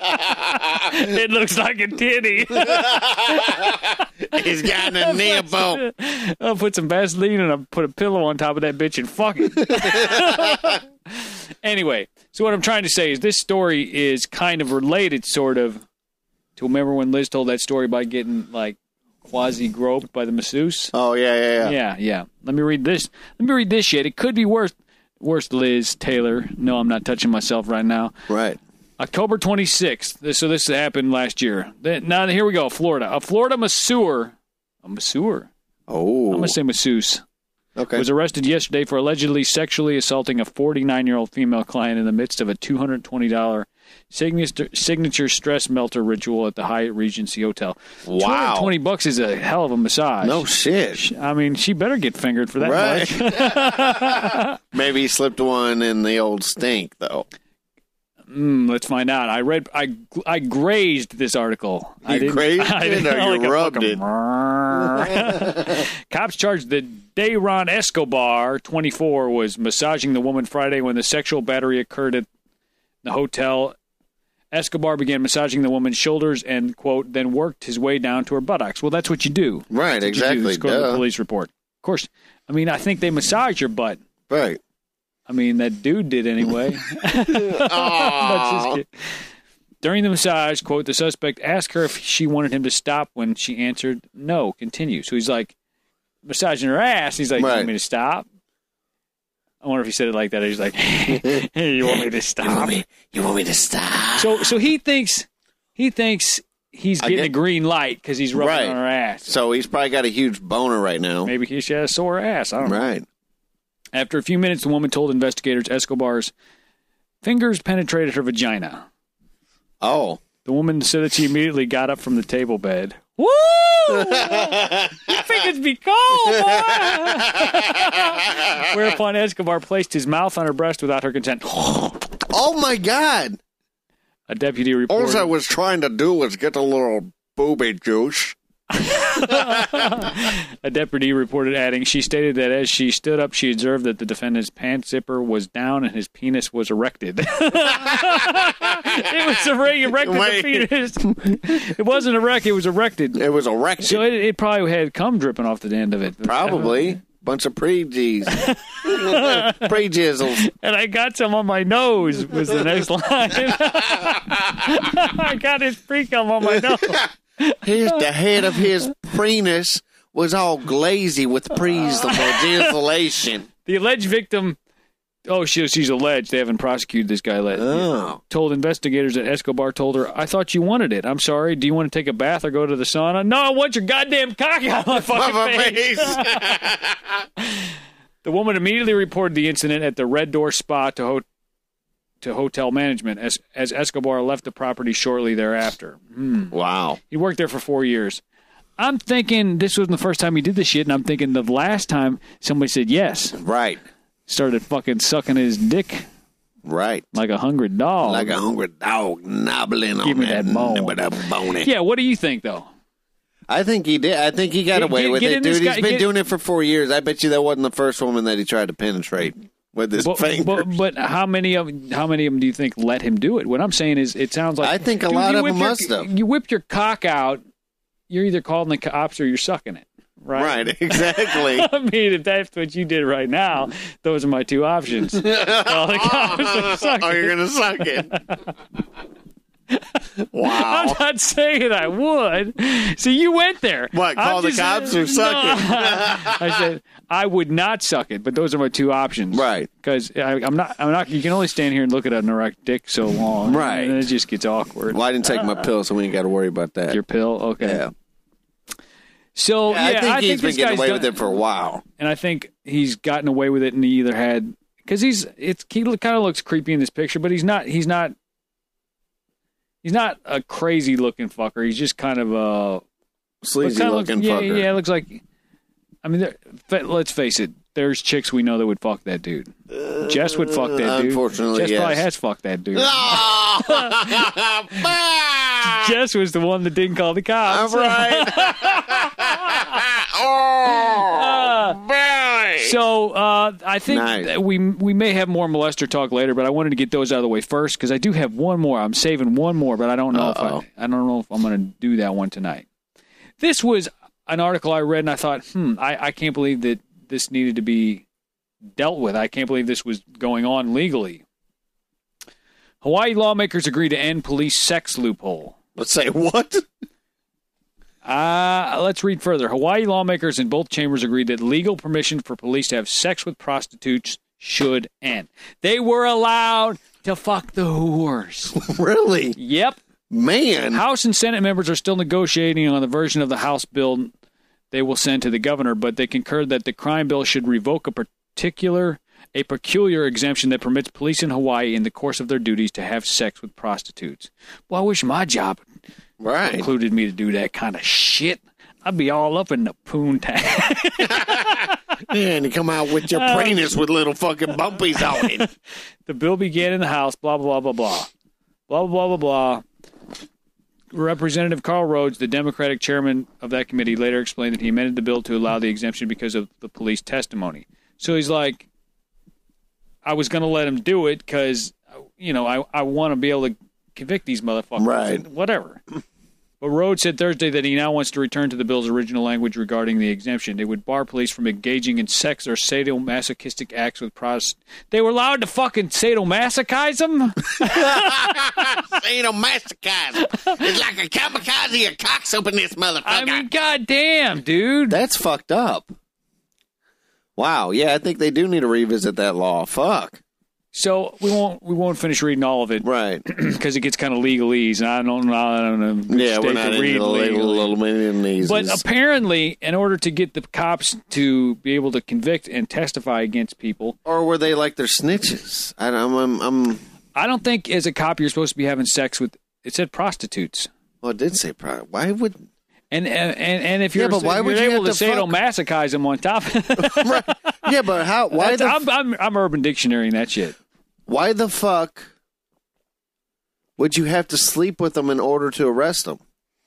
it looks like a titty. He's got a nipple. I'll put some Vaseline and I'll put a pillow on top of that bitch and fuck it. anyway, so what I'm trying to say is this story is kind of related, sort of, to remember when Liz told that story by getting like quasi groped by the masseuse. Oh, yeah, yeah, yeah. Yeah, yeah. Let me read this. Let me read this shit. It could be worse. Worse, Liz Taylor. No, I'm not touching myself right now. Right. October 26th. This- So this happened last year. Then- Now here we go. Florida. A Florida masseur. A masseur. Oh, I'm gonna say masseuse okay. was arrested yesterday for allegedly sexually assaulting a 49 year old female client in the midst of a $220 signature, signature stress melter ritual at the Hyatt Regency Hotel. Wow. 20 bucks is a hell of a massage. no shit. I mean, she better get fingered for that Right. much. Maybe he slipped one in the old stink, though. Mm, let's find out. I read, I, I grazed this article. I You grazed it or you a rubbed fucking- Cops charged that Dayron Escobar, 24, was massaging the woman Friday when the sexual battery occurred at the hotel. Escobar began massaging the woman's shoulders and, quote, then worked his way down to her buttocks. Well, that's what you do. Right, That's what you do, exactly. according to the duh. police report. Of course. I mean, I think they massage your butt. Right. I mean, that dude did anyway. That's just Aw. kid- During the massage, quote, the suspect asked her if she wanted him to stop when she answered no, continue. So he's like massaging her ass. He's like, You Right. want me to stop? I wonder if he said it like that. He's like, Hey, you want me to stop? you want me to stop? So so he thinks he thinks he's I getting get- a green light because he's rubbing Right. on her ass. So he's probably got a huge boner right now. Maybe he she has a sore ass. I don't know. Right. After a few minutes, the woman told investigators Escobar's fingers penetrated her vagina. Oh. The woman said that she immediately got up from the table bed. Woo! Your fingers be cold, boy! Whereupon Escobar placed his mouth on her breast without her consent. Oh my god. A deputy All reported. I was trying to do was get a little booby juice. A deputy reported adding, she stated that as she stood up, she observed that the defendant's pants zipper was down and his penis was erected. it was erect- erected Wait. the penis. It wasn't erect, it was erected. It was erected. So it, it probably had cum dripping off the end of it. Probably. Bunch of pre-G's. Pre-jizzles. And I got some on my nose was the next line. I got his pre cum on my nose. His, the head of his penis was all glazy with pre-jizzlation. The alleged victim. Oh, she, she's alleged. They haven't prosecuted this guy yet. Oh. told investigators that Escobar told her, I thought you wanted it. I'm sorry. Do you want to take a bath or go to the sauna? No, I want your goddamn cock out of my Papa fucking face. Mace. The woman immediately reported the incident at the Red Door Spa to, ho- to hotel management as, as Escobar left the property shortly thereafter. wow. He worked there for four years. I'm thinking this wasn't the first time he did this shit, and I'm thinking the last time somebody said yes, Right. started fucking sucking his dick Right. like a hungry dog. Like a hungry dog nobbling Oh, Give on me that bone. with a bony. yeah, what do you think, though? I think he did. I think he got Get- away get- with get it, in dude. this He's guy- been get- doing it for four years. I bet you that wasn't the first woman that he tried to penetrate with his But, finger. but but how many of how many of them do you think let him do it? What I'm saying is, it sounds like I think a Dude, lot you of whip them your- must have. You whip your cock out, you're either calling the cops or you're sucking it, right? Right, exactly. I mean, if that's what you did right now, those are my two options. Call the cops or suck oh, it. you're gonna suck it. wow. I'm not saying I would. See, you went there. What, I'm call the just- cops or suck No. I said I would not suck it, but those are my two options. Right. Because I'm not. I'm not. You can only stand here and look at an erect dick so long. Right. And it just gets awkward. Well, I didn't take my pill, so we ain't got to worry about that. Your pill. Okay. yeah. So yeah, I think I he's been think this guy's getting away done- with it for a while. and I think he's gotten away with it, and he either had because he's it's he kind of looks creepy in this picture, but he's not he's not he's not a crazy looking fucker. He's just kind of a Sleazy kinda looking looks, yeah, fucker. Yeah, it looks like. I mean, there- fa- let's face it. There's chicks we know that would fuck that dude. Jess would fuck that dude. Uh, unfortunately, Jess probably yes. has fucked that dude. Ah! Jess was the one that didn't call the cops. right. Ah! Oh, Uh, So uh, I think Nice. that we we may have more molester talk later, but I wanted to get those out of the way first because I do have one more. I'm saving one more, but I don't know Uh-oh. if I, I don't know if I'm going to do that one tonight. This was an article I read, and I thought, hmm, I, I can't believe that this needed to be dealt with. I can't believe this was going on legally. Hawaii lawmakers agree to end police sex loophole. Let's say what? Uh, let's read further. Hawaii lawmakers in both chambers agreed that legal permission for police to have sex with prostitutes should end. They were allowed to fuck the whores. really, yep. man? House and Senate members are still negotiating on the version of the House bill they will send to the governor, but they concurred that the crime bill should revoke a particular a peculiar exemption that permits police in Hawaii in the course of their duties to have sex with prostitutes. Well, I wish my job right. included me to do that kind of shit. I'd be all up in the poontang. Man, you come out with your Uh. penis with little fucking bumpies on it. the bill began in the House, blah, blah, blah, blah, blah. Blah, blah, blah, blah, blah. Representative Carl Rhodes, the Democratic chairman of that committee, later explained that he amended the bill to allow the exemption because of the police testimony. So he's like, I was going to let him do it because, you know, I, I want to be able to convict these motherfuckers. Right. Whatever. But Rhodes said Thursday that he now wants to return to the bill's original language regarding the exemption. It would bar police from engaging in sex or sadomasochistic acts with prostitutes. They were allowed to fucking sadomasochize them? Ain't no mastercise. It's like a kamikaze of cocks up in this motherfucker. I mean, goddamn, dude. That's fucked up. Wow. Yeah, I think they do need to revisit that law. Fuck. So we won't we won't finish reading all of it Right. because it gets kind of legalese, and I don't know. I don't know. which Yeah, we're state not to into read the legal legally. little maniacs. But apparently, in order to get the cops to be able to convict and testify against people, or were they like they're snitches? I don't, I'm, I'm, I'm. I don't think as a cop you're supposed to be having sex with. It said prostitutes. Well, it did say probably. Why would? And and and, and if you're, Yeah, but why if would you're you able have to, to say fuck- masochism them on top? Yeah, but how? Why That's- the? I'm, I'm I'm Urban Dictionary and that shit. why the fuck would you have to sleep with them in order to arrest them?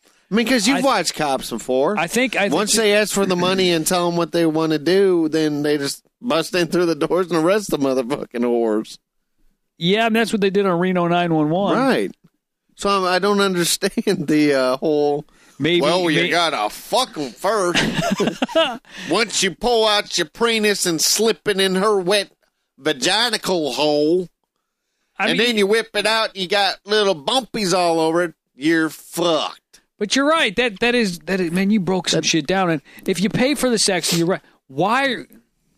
I mean, because you've I- watched cops before. I think I think Once they ask for the money and tell them what they want to do, then they just bust in through the doors and arrest the motherfucking whores. yeah, and that's what they did on Reno 911. Right. So I'm, I don't understand the uh, whole. Maybe Well, you may- gotta fuck 'em first. Once you pull out your penis and slip it in her wet vaginical hole, I and mean, then you whip it out, you got little bumpies all over it. You're fucked. But you're right. That that is that is, man. You broke some shit down, and if you pay for the sex, you're right. Why are-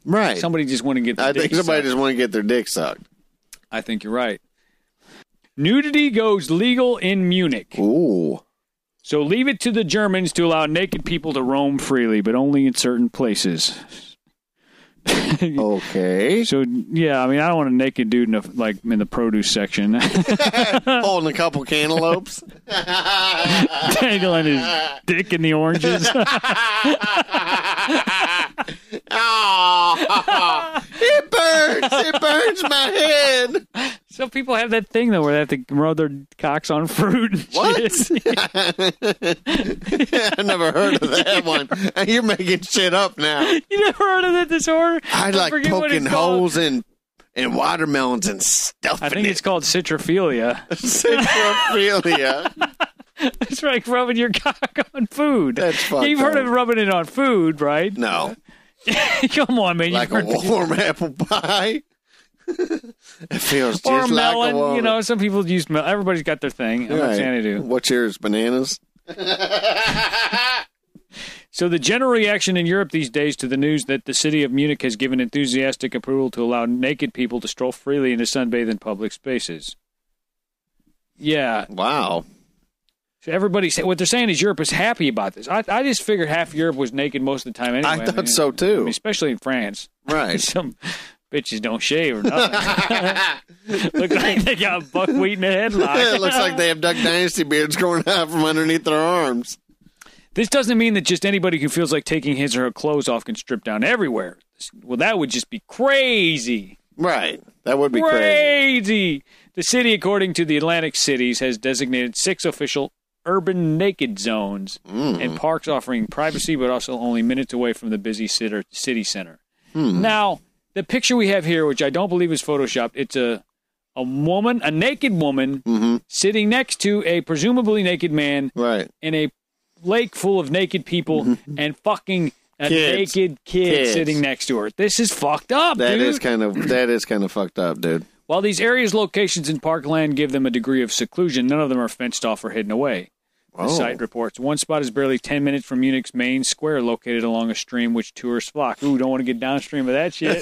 Right. somebody just want to get? The I think somebody just want to get their dick sucked. I think you're right. Nudity goes legal in Munich, Ooh. so leave it to the Germans to allow naked people to roam freely, but only in certain places. Okay. So yeah, I mean, I don't want a naked dude in a, like in the produce section, Holding a couple cantaloupes. dangling his dick in the oranges. Oh, it burns! It burns my head. Some people have that thing though, where they have to rub their cocks on fruit. and What? shit. I never heard of that one. You're making shit up now. You never heard of that disorder? I like forget what poking it's called. holes in and watermelons and stuffing I think it's called citrophilia. it. Syncophilia. it's like rubbing your cock on food. That's fucked You've heard up. of rubbing it on food, right? No, Come on, man. like You've a heard warm apple pie. it feels just or like melon. a woman. you know, some people use melon. Everybody's got their thing. I'm not Right. saying they do. What's yours? Bananas. So the general reaction in Europe these days to the news that the city of Munich has given enthusiastic approval to allow naked people to stroll freely and to sunbathe in public spaces. Yeah, Wow. so everybody say what they're saying is Europe is happy about this. I, I just figured half Europe was naked most of the time anyway. I thought mean, so I too. mean, especially in France. Right. Some bitches don't shave or nothing. Look like they got buckwheat in the it headlock. looks like they have Duck Dynasty beards growing out from underneath their arms. This doesn't mean that just anybody who feels like taking his or her clothes off can strip down everywhere. Well, that would just be crazy. Right. That would be crazy. crazy. The city, according to the Atlantic Cities, has designated six official urban naked zones Mm. and parks offering privacy, but also only minutes away from the busy citer- city center. Hmm. Now, the picture we have here, which I don't believe is photoshopped, it's a a woman, a naked woman, Mm-hmm. sitting next to a presumably naked man Right. in a lake full of naked people and fucking a Mm-hmm. Kids. naked kid Kids. sitting next to her. This is fucked up, That dude. is kind of that is kind of fucked up, dude. While these areas, locations, and parkland give them a degree of seclusion, none of them are fenced off or hidden away. The Oh. site reports one spot is barely 10 minutes from Munich's main square, located along a stream which tourists flock. Ooh, don't want to get downstream of that shit.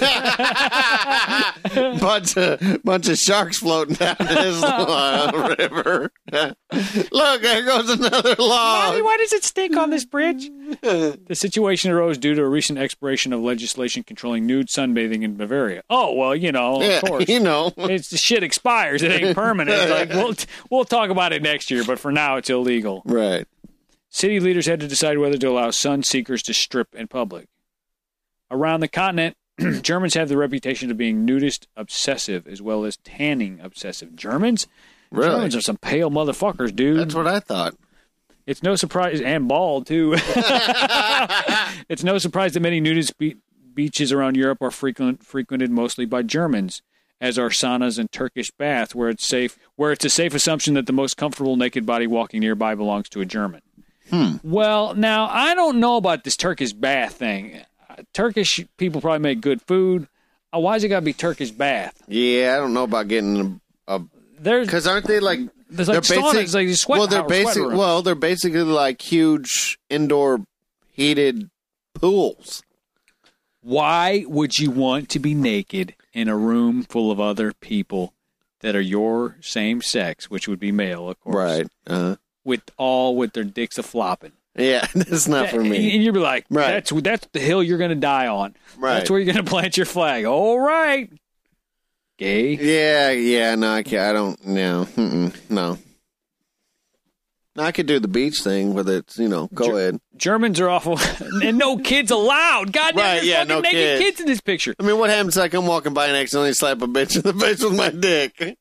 bunch of bunch of sharks floating down this uh, river. Look, there goes another Mommy, log. why does it stink on this bridge? the situation arose due to a recent expiration of legislation controlling nude sunbathing in Bavaria. Oh, well, you know, Yeah, of course. you know. It's the shit expires. It ain't permanent. Like we'll we'll talk about it next year, but for now it's illegal. Right. City leaders had to decide whether to allow sun seekers to strip in public. Around the continent, Germans have the reputation of being nudist obsessive as well as tanning obsessive. Germans? Really? Germans are some pale motherfuckers, dude. That's what I thought. It's no surprise, and bald too. it's no surprise that many nudist be- beaches around Europe are frequent, frequented mostly by Germans. as are saunas and Turkish baths, where it's safe where it's a safe assumption that the most comfortable naked body walking nearby belongs to a German. Hmm. Well, now I don't know about this Turkish bath thing. Uh, Turkish people probably make good food. Uh, why's it got to be Turkish bath? Yeah, I don't know about getting a. a There's Because aren't they like? There's like they're saunas, like these sweat- well, they're hot sweat basic. rooms. Well, they're basically like huge indoor heated pools. why would you want to be naked in a room full of other people that are your same sex, which would be male, of course, Uh, With all with their dicks a flopping, yeah, that's not for me. and you'd be like, Right. "That's that's the hill you're going to die on. Right. That's where you're going to plant your flag." All right, gay. Yeah, yeah, no, I can't. I don't. No, mm-mm, no. I could do the beach thing with it's you know go ahead. Germans are awful, and no kids allowed. God damn, Right, there's yeah, fucking no naked kids. kids in this picture. I mean, what happens? Like I'm walking by and accidentally slap a bitch in the face with my dick.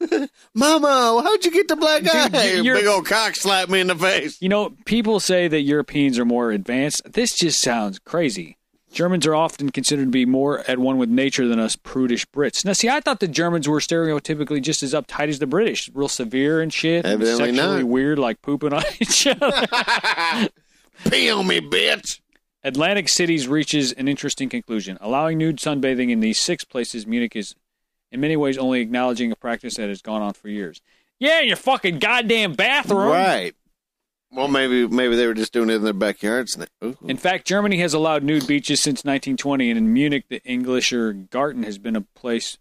Mama, how'd you get the black Dude, eye? you- you're- Big old cock slapped me in the face. You know, people say that Europeans are more advanced. This just sounds crazy. Germans are often considered to be more at one with nature than us prudish Brits. Now, see, I thought the Germans were stereotypically just as uptight as the British, real severe and shit, and Evidently sexually not. weird, like pooping on each other. Pee on me, bitch. Atlantic Cities reaches an interesting conclusion. Allowing nude sunbathing in these six places, Munich is in many ways only acknowledging a practice that has gone on for years. Yeah, in your fucking goddamn bathroom. Right. Well, maybe maybe they were just doing it in their backyards. Now. Ooh. In fact, Germany has allowed nude beaches since 1920, and in Munich, the Englischer Garten has been a place.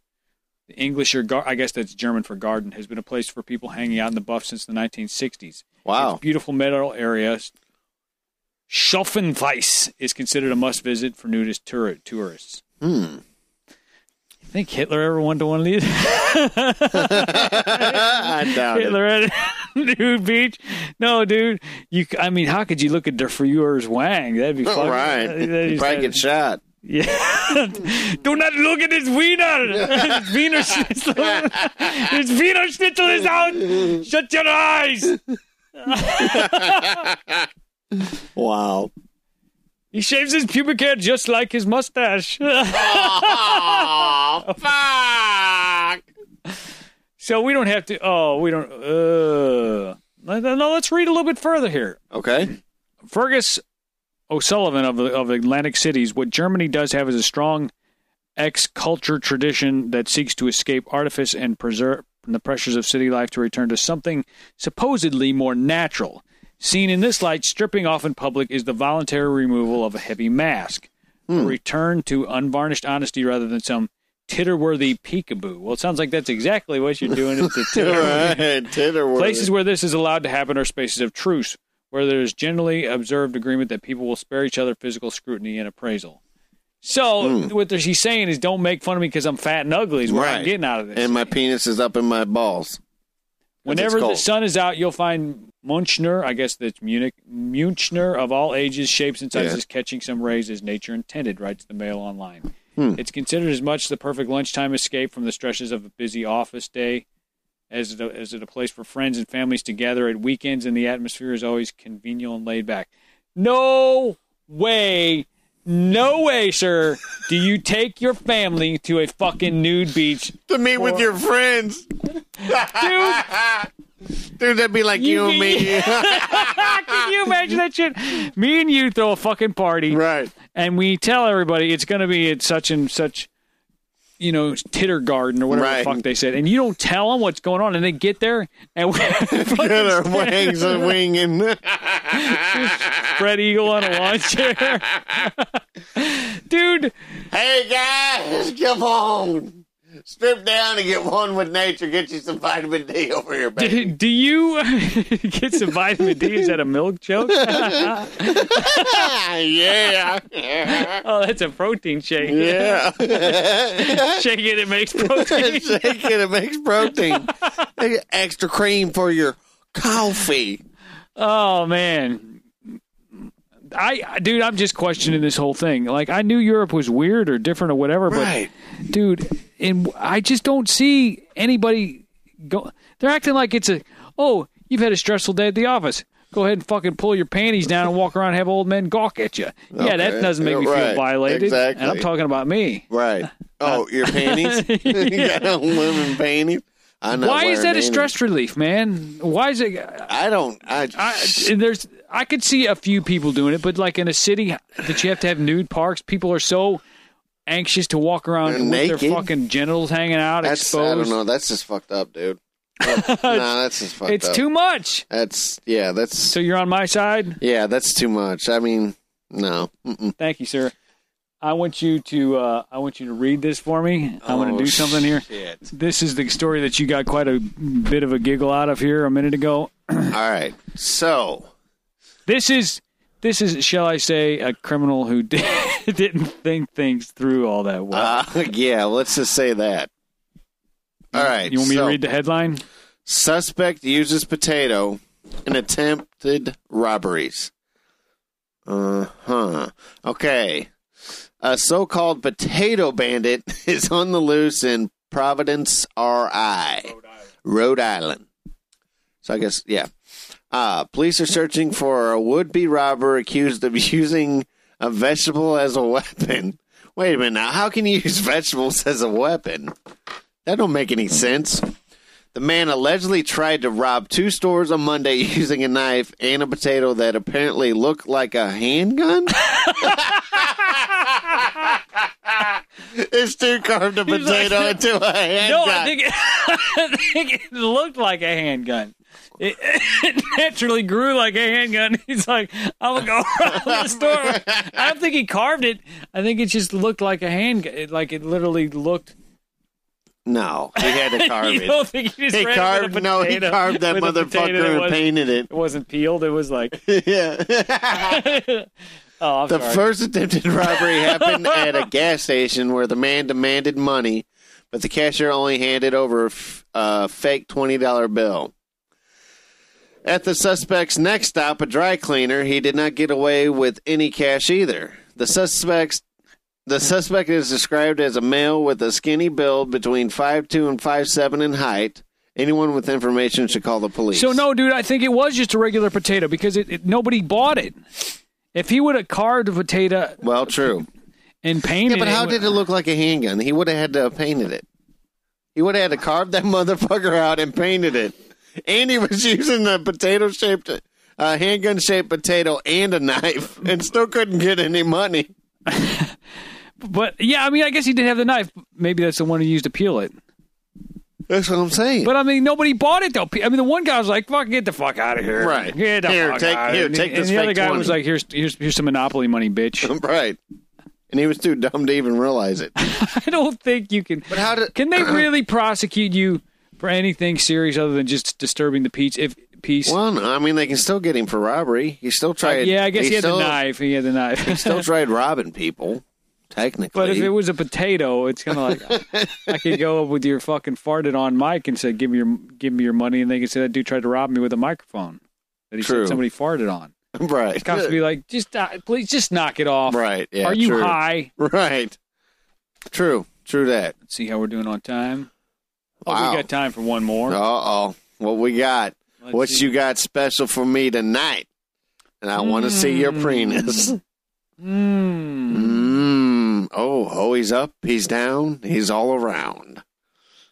The Englischer Garten, I guess that's German for garden, has been a place for people hanging out in the buff since the 1960s. Wow. Its beautiful meadow area, Schaffenweiss, is considered a must visit for nudist tour- tourists. Hmm. You think Hitler ever went to one of these? I doubt it. Hitler at a nude beach? No, dude. You, c- I mean, how could you look at der Fuhrer's wang? That'd be fucking. Right. that- that You is- probably get shot. Yeah. Do not look at his wiener. his wiener schnitzel. his wiener schnitzel is out. Shut your eyes. Wow. He shaves his pubic hair just like his mustache. Oh, fuck. so we don't have to. Oh, we don't. Uh, no, no, no, let's read a little bit further here. Okay. Fergus O'Sullivan of the, of Atlantic Cities, what Germany does have is a strong ex culture tradition that seeks to escape artifice and preserve from the pressures of city life to return to something supposedly more natural. Seen in this light, stripping off in public is the voluntary removal of a heavy mask, a return to unvarnished honesty rather than some titterworthy peekaboo. Well, it sounds like that's exactly what you're doing. It's a All titterworthy right. Titterworthy. Places where this is allowed to happen are spaces of truce, where there is generally observed agreement that people will spare each other physical scrutiny and appraisal. So what there's- he's saying is, don't make fun of me because I'm fat and ugly. Is what I'm Hmm. Right. getting out of this. and my penis is up in my balls. Whenever the cold. sun is out, you'll find Munchner, I guess that's Munich, Munchner of all ages, shapes, and sizes, catching some rays as nature intended, writes the Mail Online. It's considered as much the perfect lunchtime escape from the stresses of a busy office day as it, as it a place for friends and families to gather at weekends, and the atmosphere is always convenient and laid back. No way. No way, sir. Do you take your family to a fucking nude beach? To meet with your friends. Dude, Dude, that'd be like you, You and me. Can you imagine that shit? Me and you throw a fucking party, right. and we tell everybody it's going to be at such and such, you know, titter garden or whatever Right. the fuck they said, and you don't tell them what's going on, and they get there and we fucking Titter wings and winging. spread eagle on a lawn chair, dude. hey, guys, come on. Strip down and get one with nature. Get you some vitamin D over here, baby. Do, do you get some vitamin D? Is that a milk joke? Ah, yeah. oh, that's a protein shake. Yeah. Shake it, it makes protein. Shake it. It makes protein. Extra cream for your coffee. Oh man. I dude, I'm just questioning this whole thing. Like I knew Europe was weird or different or whatever, Right. but dude, and I just don't see anybody go they're acting like it's a oh, you've had a stressful day at the office. Go ahead and fucking pull your panties down and walk around and have old men gawk at you. Yeah, that Okay. doesn't make me feel Right. violated. And I'm Exactly. talking about me. Right. Uh, Oh, your panties? you got on women panties? I'm not Why is wearing that a any. stress relief, man? Why is it? I don't. I, I, there's I could see a few people doing it, but like in a city that you have to have nude parks, people are so anxious to walk around They're with their naked. fucking genitals hanging out that's, exposed. I don't know. That's just fucked up, dude. nah, that's just fucked It's up. too much. That's yeah. That's So you're on my side. yeah. That's too much. I mean, no. Mm-mm. Thank you, sir. I want you to uh, I want you to read this for me. I'm going Oh, to do something here. shit. This is the story that you got quite a bit of a giggle out of here a minute ago. All right. So This is this is shall I say a criminal who did, didn't think things through all that well. uh, yeah, let's just say that. All right. you want me Uh, so, to read the headline? Suspect uses potato in attempted robberies. Uh huh. Okay. A so called potato bandit is on the loose in Providence, RI, Rhode Island. So I guess, yeah. Uh, police are searching for a would be robber accused of using a vegetable as a weapon. Wait a minute now. How can you use vegetables as a weapon? That don't make any sense. The man allegedly tried to rob two stores on Monday using a knife and a potato that apparently looked like a handgun. this dude carved a He's like- potato into a handgun. No, I think, it, I think it looked like a handgun. It, it naturally grew like a handgun. He's like, I'm gonna go around the store. I don't think he carved it. I think it just looked like a handgun. It, like it literally looked. no, he had to carve You it. don't think he just He ran carved. with a no, he potato- carved that with a potato that motherfucker and wasn't- painted it. It wasn't peeled. It was like, yeah. oh, I'm The sorry. first attempted robbery happened at a gas station where the man demanded money, but the cashier only handed over a f- a fake $20 bill. At the suspect's next stop, a dry cleaner, he did not get away with any cash either. The suspect's the suspect is described as a male with a skinny build between 5'2 and 5'7 in height. Anyone with information should call the police. So no, dude, I think it was just a regular potato because it, it nobody bought it. If he would have carved a potato Well, true. and painted Yeah, but it, how with- did it look like a handgun? He would have had to have painted it. He would have had to carve that motherfucker out and painted it. And he was using a potato shaped, uh, handgun shaped potato and a knife and still couldn't get any money. But yeah, I mean, I guess he did have the knife. Maybe that's the one he used to peel it. That's what I'm saying. But I mean, nobody bought it though. Pe- I mean, the one guy was like, "Fuck, get the fuck out of here!" Right. Get the Here, fuck take- outta here, And- take and this the other fake guy 20. was like, "Here's here's here's some monopoly money, bitch." right. And he was too dumb to even realize it. I don't think you can. But how did- can they really prosecute you for anything serious other than just disturbing the peace? If peace, Uh, well, no, I mean, they can still get him for robbery. He still tried. yeah, I guess he, had still, the knife. He had the knife. Still tried robbing people, technically. But if it was a potato, it's kind of like I could go up with your fucking farted on mic and say, "Give me your give me your money," and they can say that dude tried to rob me with a microphone that he True. said somebody farted on. right. Cops would be like, "Just uh, please, just knock it off." Right. Yeah, Are you true. high? Right. True. True that. Let's see how we're doing on time. Oh, Wow. we got time for one more. Uh oh. What we got? Let's what see. you got special for me tonight? And I want to see your Hmm. penis. Mm. Mmm. Oh, oh, he's up. He's down. He's all around.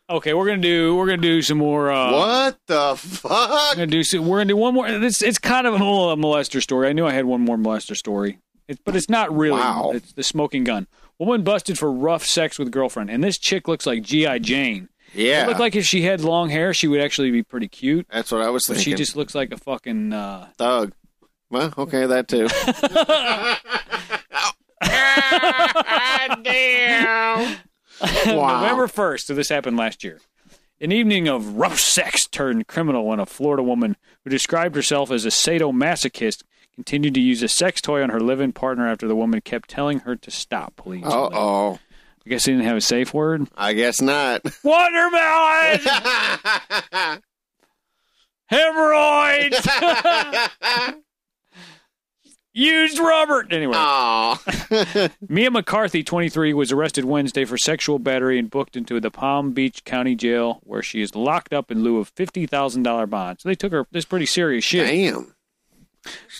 Okay, we're gonna do we're gonna do some more. Uh, what the We're fuck? gonna do some, we're gonna do one more. This it's kind of a little molester story. I knew I had one more molester story, it, but it's not really. Wow. It's the smoking gun. Woman busted for rough sex with girlfriend, and this chick looks like GI Jane. It Yeah. looked like if she had long hair, she would actually be pretty cute. That's what I was But thinking. she just looks like a fucking. Uh, thug. Well, okay, that too. Wow. November 1st, so this happened last year. An evening of rough sex turned criminal when a Florida woman who described herself as a sadomasochist continued to use a sex toy on her living partner after the woman kept telling her to stop, please. Uh oh. I guess they didn't have a safe word. I guess not. Watermelon! Hemorrhoids! Used rubber! Anyway. Uh. Aw. Mia McCarthy, 23, was arrested Wednesday for sexual battery and booked into the Palm Beach County Jail, where she is locked up in lieu of $50,000 bond. So they took her. This is pretty serious shit. Damn.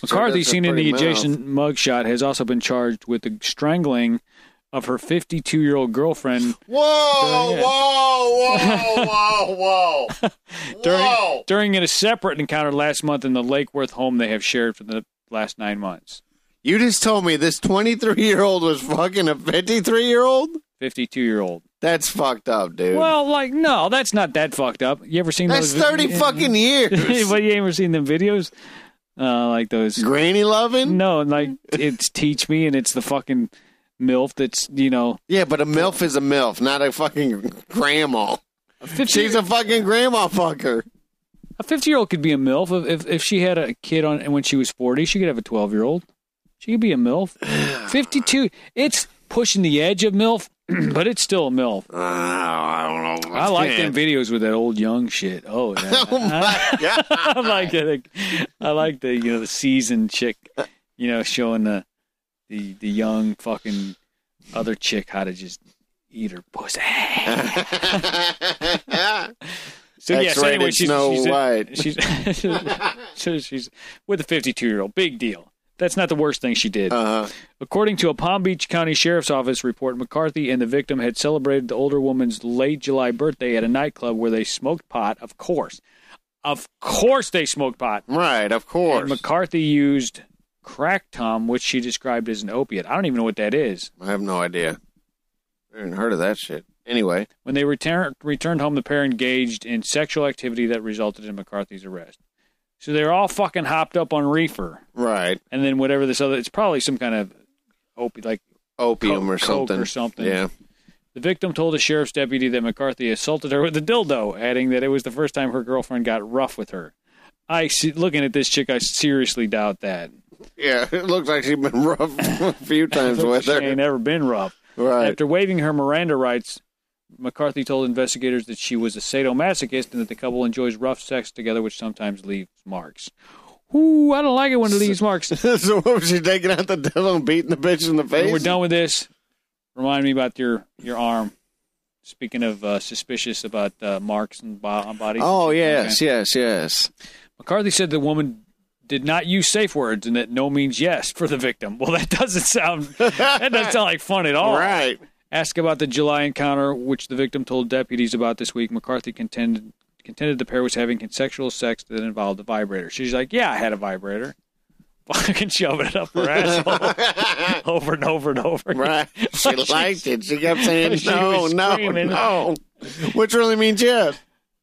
McCarthy, does her seen in the pretty mouth. adjacent mugshot, has also been charged with the strangling of her 52 year old girlfriend Whoa, During it. whoa, whoa, whoa, whoa. during, Whoa. during a separate encounter last month in the Lake Worth home they have shared for the last nine months. You just told me this 23 year old was fucking a 53 year old? 52 year old. That's fucked up, dude. Well, like, no, that's not that fucked up. You ever seen That's those? 30 fucking years. but you ever seen the videos? Uh, like those. Granny loving? No, like, it's Teach Me and it's the fucking MILF that's, you know. Yeah, but a MILF is a MILF, not a fucking grandma. 50, She's a fucking grandma fucker. A 50 year old could be a MILF. If, if, if she had a kid on and when she was 40, she could have a 12 year old. She could be a MILF. 52. It's pushing the edge of MILF, but it's still a MILF. Oh, I don't know. I like them videos with that old young shit. Oh, yeah. I like it. I like the you know the seasoned chick, you know, showing the the the young fucking other chick how to just eat her pussy. So yeah, so anyway, X-rated she's, Snow she's, White. she's so she's with a 52 year old. Big deal. That's not the worst thing she did. Uh-huh. According to a Palm Beach County Sheriff's Office report, McCarthy and the victim had celebrated the older woman's late July birthday at a nightclub where they smoked pot. Of course, of course, they smoked pot. Right, of course. And McCarthy used crack tom, which she described as an opiate. I don't even know what that is. I have no idea. I haven't heard of that shit. Anyway, When they return, returned home, the pair engaged in sexual activity that resulted in McCarthy's arrest. So they're all fucking hopped up on reefer, right. and then whatever this other. It's probably some kind of opiate. Like Opium Coke- or Coke something. or something. Yeah. the victim told a sheriff's deputy that McCarthy assaulted her with a dildo, adding that it was the first time her girlfriend got rough with her. I see, looking at this chick, I seriously doubt that. Yeah, it looks like she's been rough a few times with She ain't her. ever been rough. Right. After waiving her Miranda rights, McCarthy told investigators that she was a sadomasochist and that the couple enjoys rough sex together, which sometimes leaves marks. Ooh, I don't like it when it leaves marks. so what was she taking out the dildo and beating the bitch in the face? When we're done with this, remind me about your your arm. Speaking of uh, suspicious about uh, marks and bo- on bodies. Oh Okay. yes, yes, yes. McCarthy said the woman did not use safe words and that no means yes for the victim. Well, that doesn't sound that doesn't sound like fun at all. All right. Asked about the July encounter, which the victim told deputies about this week, McCarthy contended contended the pair was having consensual sex that involved a vibrator. She's like, "Yeah, I had a vibrator." Fucking shoving it up her asshole over and over and over. again. Right. She liked it. She kept saying She no, was no, screaming. no. Which really means yes.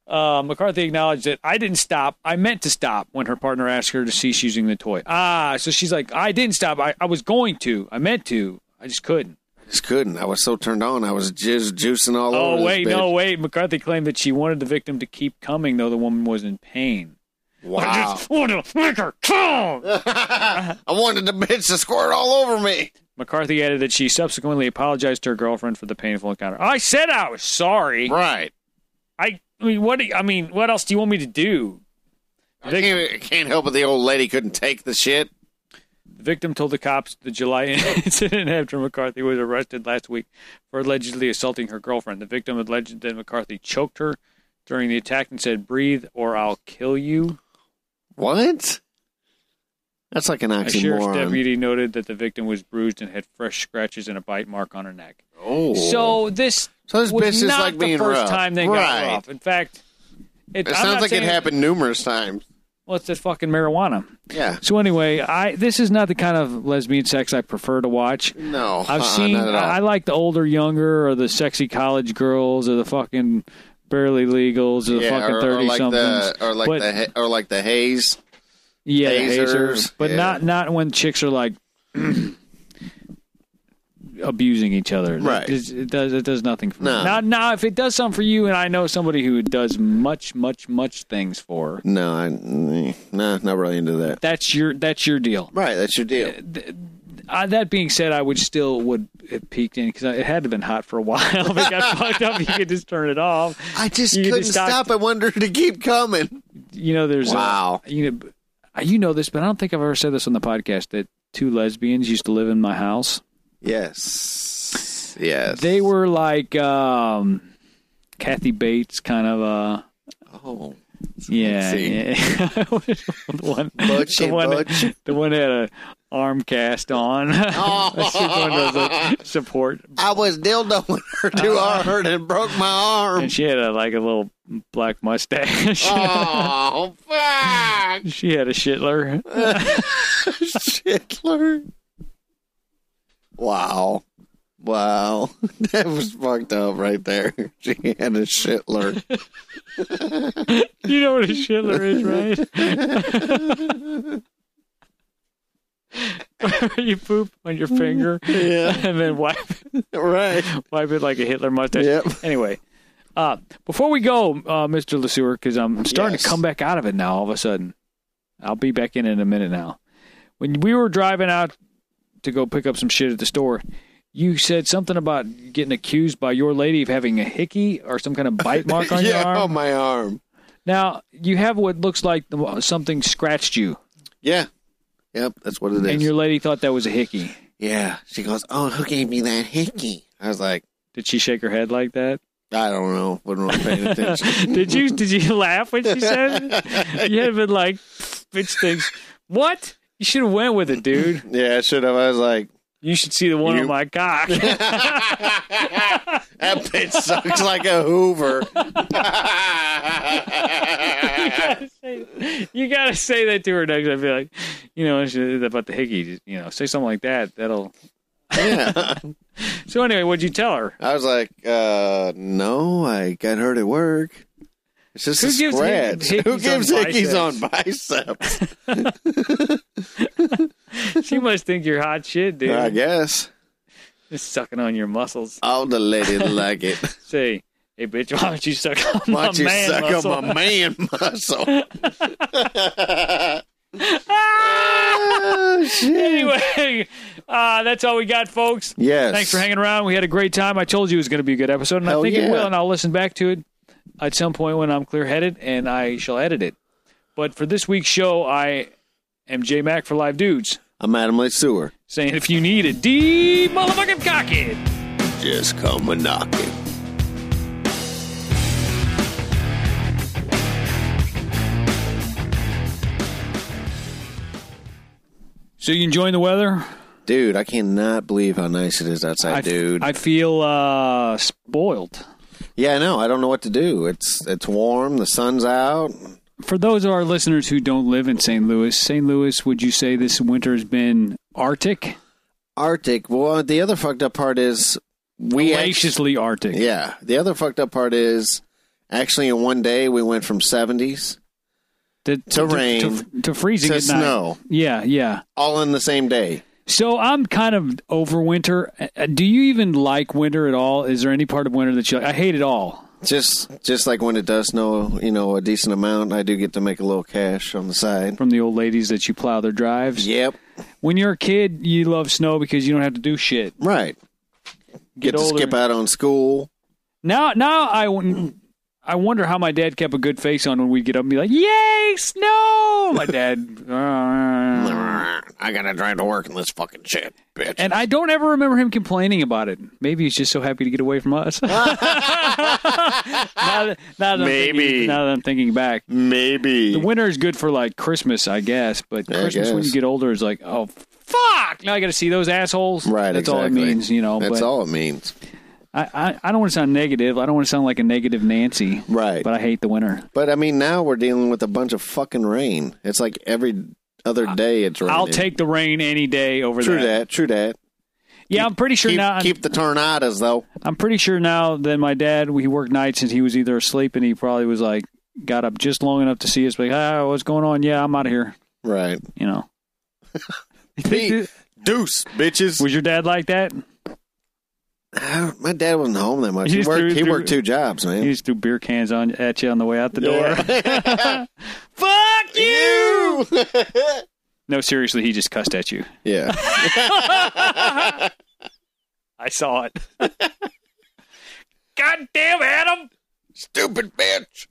Uh, McCarthy acknowledged that I didn't stop. I meant to stop when her partner asked her to cease using the toy. Ah, so she's like, I didn't stop. I, I was going to. I meant to. I just couldn't. Just couldn't. I was so turned on. I was just juicing all over. Oh, this wait, no, bitch. wait. McCarthy claimed that she wanted the victim to keep coming, though the woman was in pain. I Wow. just wanted to make her come. I wanted the bitch to squirt all over me. McCarthy added that she subsequently apologized to her girlfriend for the painful encounter. I said I was sorry. Right. I, I mean, what? do you- I mean, what else do you want me to do? I can't, can't help it. The old lady couldn't take the shit. The victim told the cops the July incident after McCarthy was arrested last week for allegedly assaulting her girlfriend. The victim alleged that McCarthy choked her during the attack and said, Breathe or I'll kill you. What? That's like an A sheriff's oxymoron. deputy noted that the victim was bruised and had fresh scratches and a bite mark on her neck. Oh. So this, So this was bitch is not like the being first rough. time they got Right. her off. In fact, it it, I'm sounds not like saying- it happened numerous times. Well, it's that fucking marijuana. Yeah. So anyway, I this is not the kind of lesbian sex I prefer to watch. No. I've uh-uh, seen. Not at all. I I like the older, younger, or the sexy college girls, or the fucking barely legals, or the yeah, fucking or, or thirty like somethings. the or like but, the ha- or like the haze. yeah, the hazers, hazers, but yeah. not not when chicks are like abusing each other. Right. It, it does. It does nothing for No. me. Now, now, if it does something for you, and I know somebody who does much, much, much things for, No, I mm, no, not really into that. that's your that's your deal. Right, that's your deal. Uh, that being said, I would still would it peaked in because it had to been hot for a while. if it got fucked up, you could just turn it off. I just You couldn't just stop. doc- I wanted her to keep coming. you know there's a- Wow. you know b- you know this but i don't think i've ever said this on the podcast that two lesbians used to live in my house Yes, yes. they were like um kathy bates kind of uh oh, Yeah, see. yeah. the one, Butchie, the one, Butch. the one had a arm cast on. That's just one of those, Oh. like, support, I was dildoing her too hard and broke my arm. Uh-huh. and she had a, like a little black mustache. Oh fuck, she had a Schittler. Hitler! Wow, wow, that was fucked up right there. She had a Shitler. You know what a Schittler is, right? you poop on your finger yeah, and then wipe right. wipe it like a Hitler mustache. Yep. Anyway, uh, before we go, uh, Mr. LeSueur, because I'm starting to Yes. come back out of it now all of a sudden. I'll be back in in a minute now. When we were driving out to go pick up some shit at the store, you said something about getting accused by your lady of having a hickey or some kind of bite mark on yeah, oh, your arm. on my arm. Now, you have what looks like the- something scratched you, Yeah, yep, that's what it and is. your lady thought that was a hickey. Yeah, she goes, "Oh, who gave me that hickey?" I was like, Did she shake her head like that? "I don't know," wasn't really paying attention. did you did you laugh when she said it? You had been like, bitch things. What? You should have went with it, dude. yeah, I should have. I was like, You should see the one on You- my cock. That bitch sucks like a Hoover. you gotta say that to her next. I feel like, you know, she- about the hickey. just, You know, say something like that. That'll. yeah. So anyway, what'd you tell her? I was like, uh, no, I got hurt at work. It's just Who a gives hick- scratch. Who hickeys gives on hickeys on biceps? She must think you're hot shit, dude. I guess. Just sucking on your muscles. All the ladies like it. Say, hey, bitch, why don't you suck on Why my don't you man suck muscle? on my man muscle? Oh, anyway, uh, that's all we got, folks. Yes. Thanks for hanging around. We had a great time. I told you it was going to be a good episode, and I Hell think it yeah. will. And I'll listen back to it at some point when I'm clear headed, and I shall edit it. But for this week's show, I am J Mac for Live Dudes, I'm Adam Lee Sewer. saying if you need a deep motherfucking cockhead. Just come a knocking. So you enjoying the weather, Dude, I cannot believe how nice it is outside, I f- dude. I feel uh, spoiled. yeah, I know. I don't know what to do. It's it's warm. The sun's out. For those of our listeners who don't live in St. Louis, St. Louis, would you say this winter has been arctic, Arctic. Well, the other fucked up part is we actually, graciously arctic? yeah. The other fucked up part is actually in one day we went from seventies to, to rain, to, to freezing to at night. snow Yeah, yeah. all in the same day. So I'm kind of over winter. Uh, Do you even like winter at all? Is there any part of winter that you like? I hate it all. Just just like when it does snow, you know, a decent amount, I do get to make a little cash on the side. From the old ladies that you plow their drives. Yep. When you're a kid, you love snow because you don't have to do shit. Right. Get, to older. skip out on school. Now, now I, won- I wonder how my dad kept a good face on when we'd get up and be like, "Yay, snow!" My dad. "Uh." I gotta drive to work in this fucking shit, bitch. And I don't ever remember him complaining about it. Maybe he's just so happy to get away from us. now that, now that I'm thinking- Maybe. now that I'm thinking back, Maybe. the winter is good for like Christmas, I guess. But Mm. Yeah, I Christmas when guess. you get older is like, oh fuck! Now I got to see those assholes. right, That's all it exactly. means, you know. That's but all it means. I, I, I don't want to sound negative. I don't want to sound like a negative Nancy. Right. But I hate the winter. But I mean, now we're dealing with a bunch of fucking rain. It's like every other day it's raining. I'll take the rain any day over true that. that. True that. Yeah, I'm pretty sure Keep, now. keep the tornadoes though. I'm pretty sure now that my dad, he worked nights and he was either asleep and he probably was like got up just long enough to see us. Like, ah, what's going on? Yeah, I'm out of here. Right. You know. You think Me, that- Deuce, bitches. was your dad like that? Ah, my dad wasn't home that much. He He, just threw- worked. He threw- worked two jobs, He man. just threw beer cans on at you on the way out the door. Yeah. Fuck you! No, seriously, he just cussed at you. yeah. I saw it. God damn, Adam! Stupid bitch.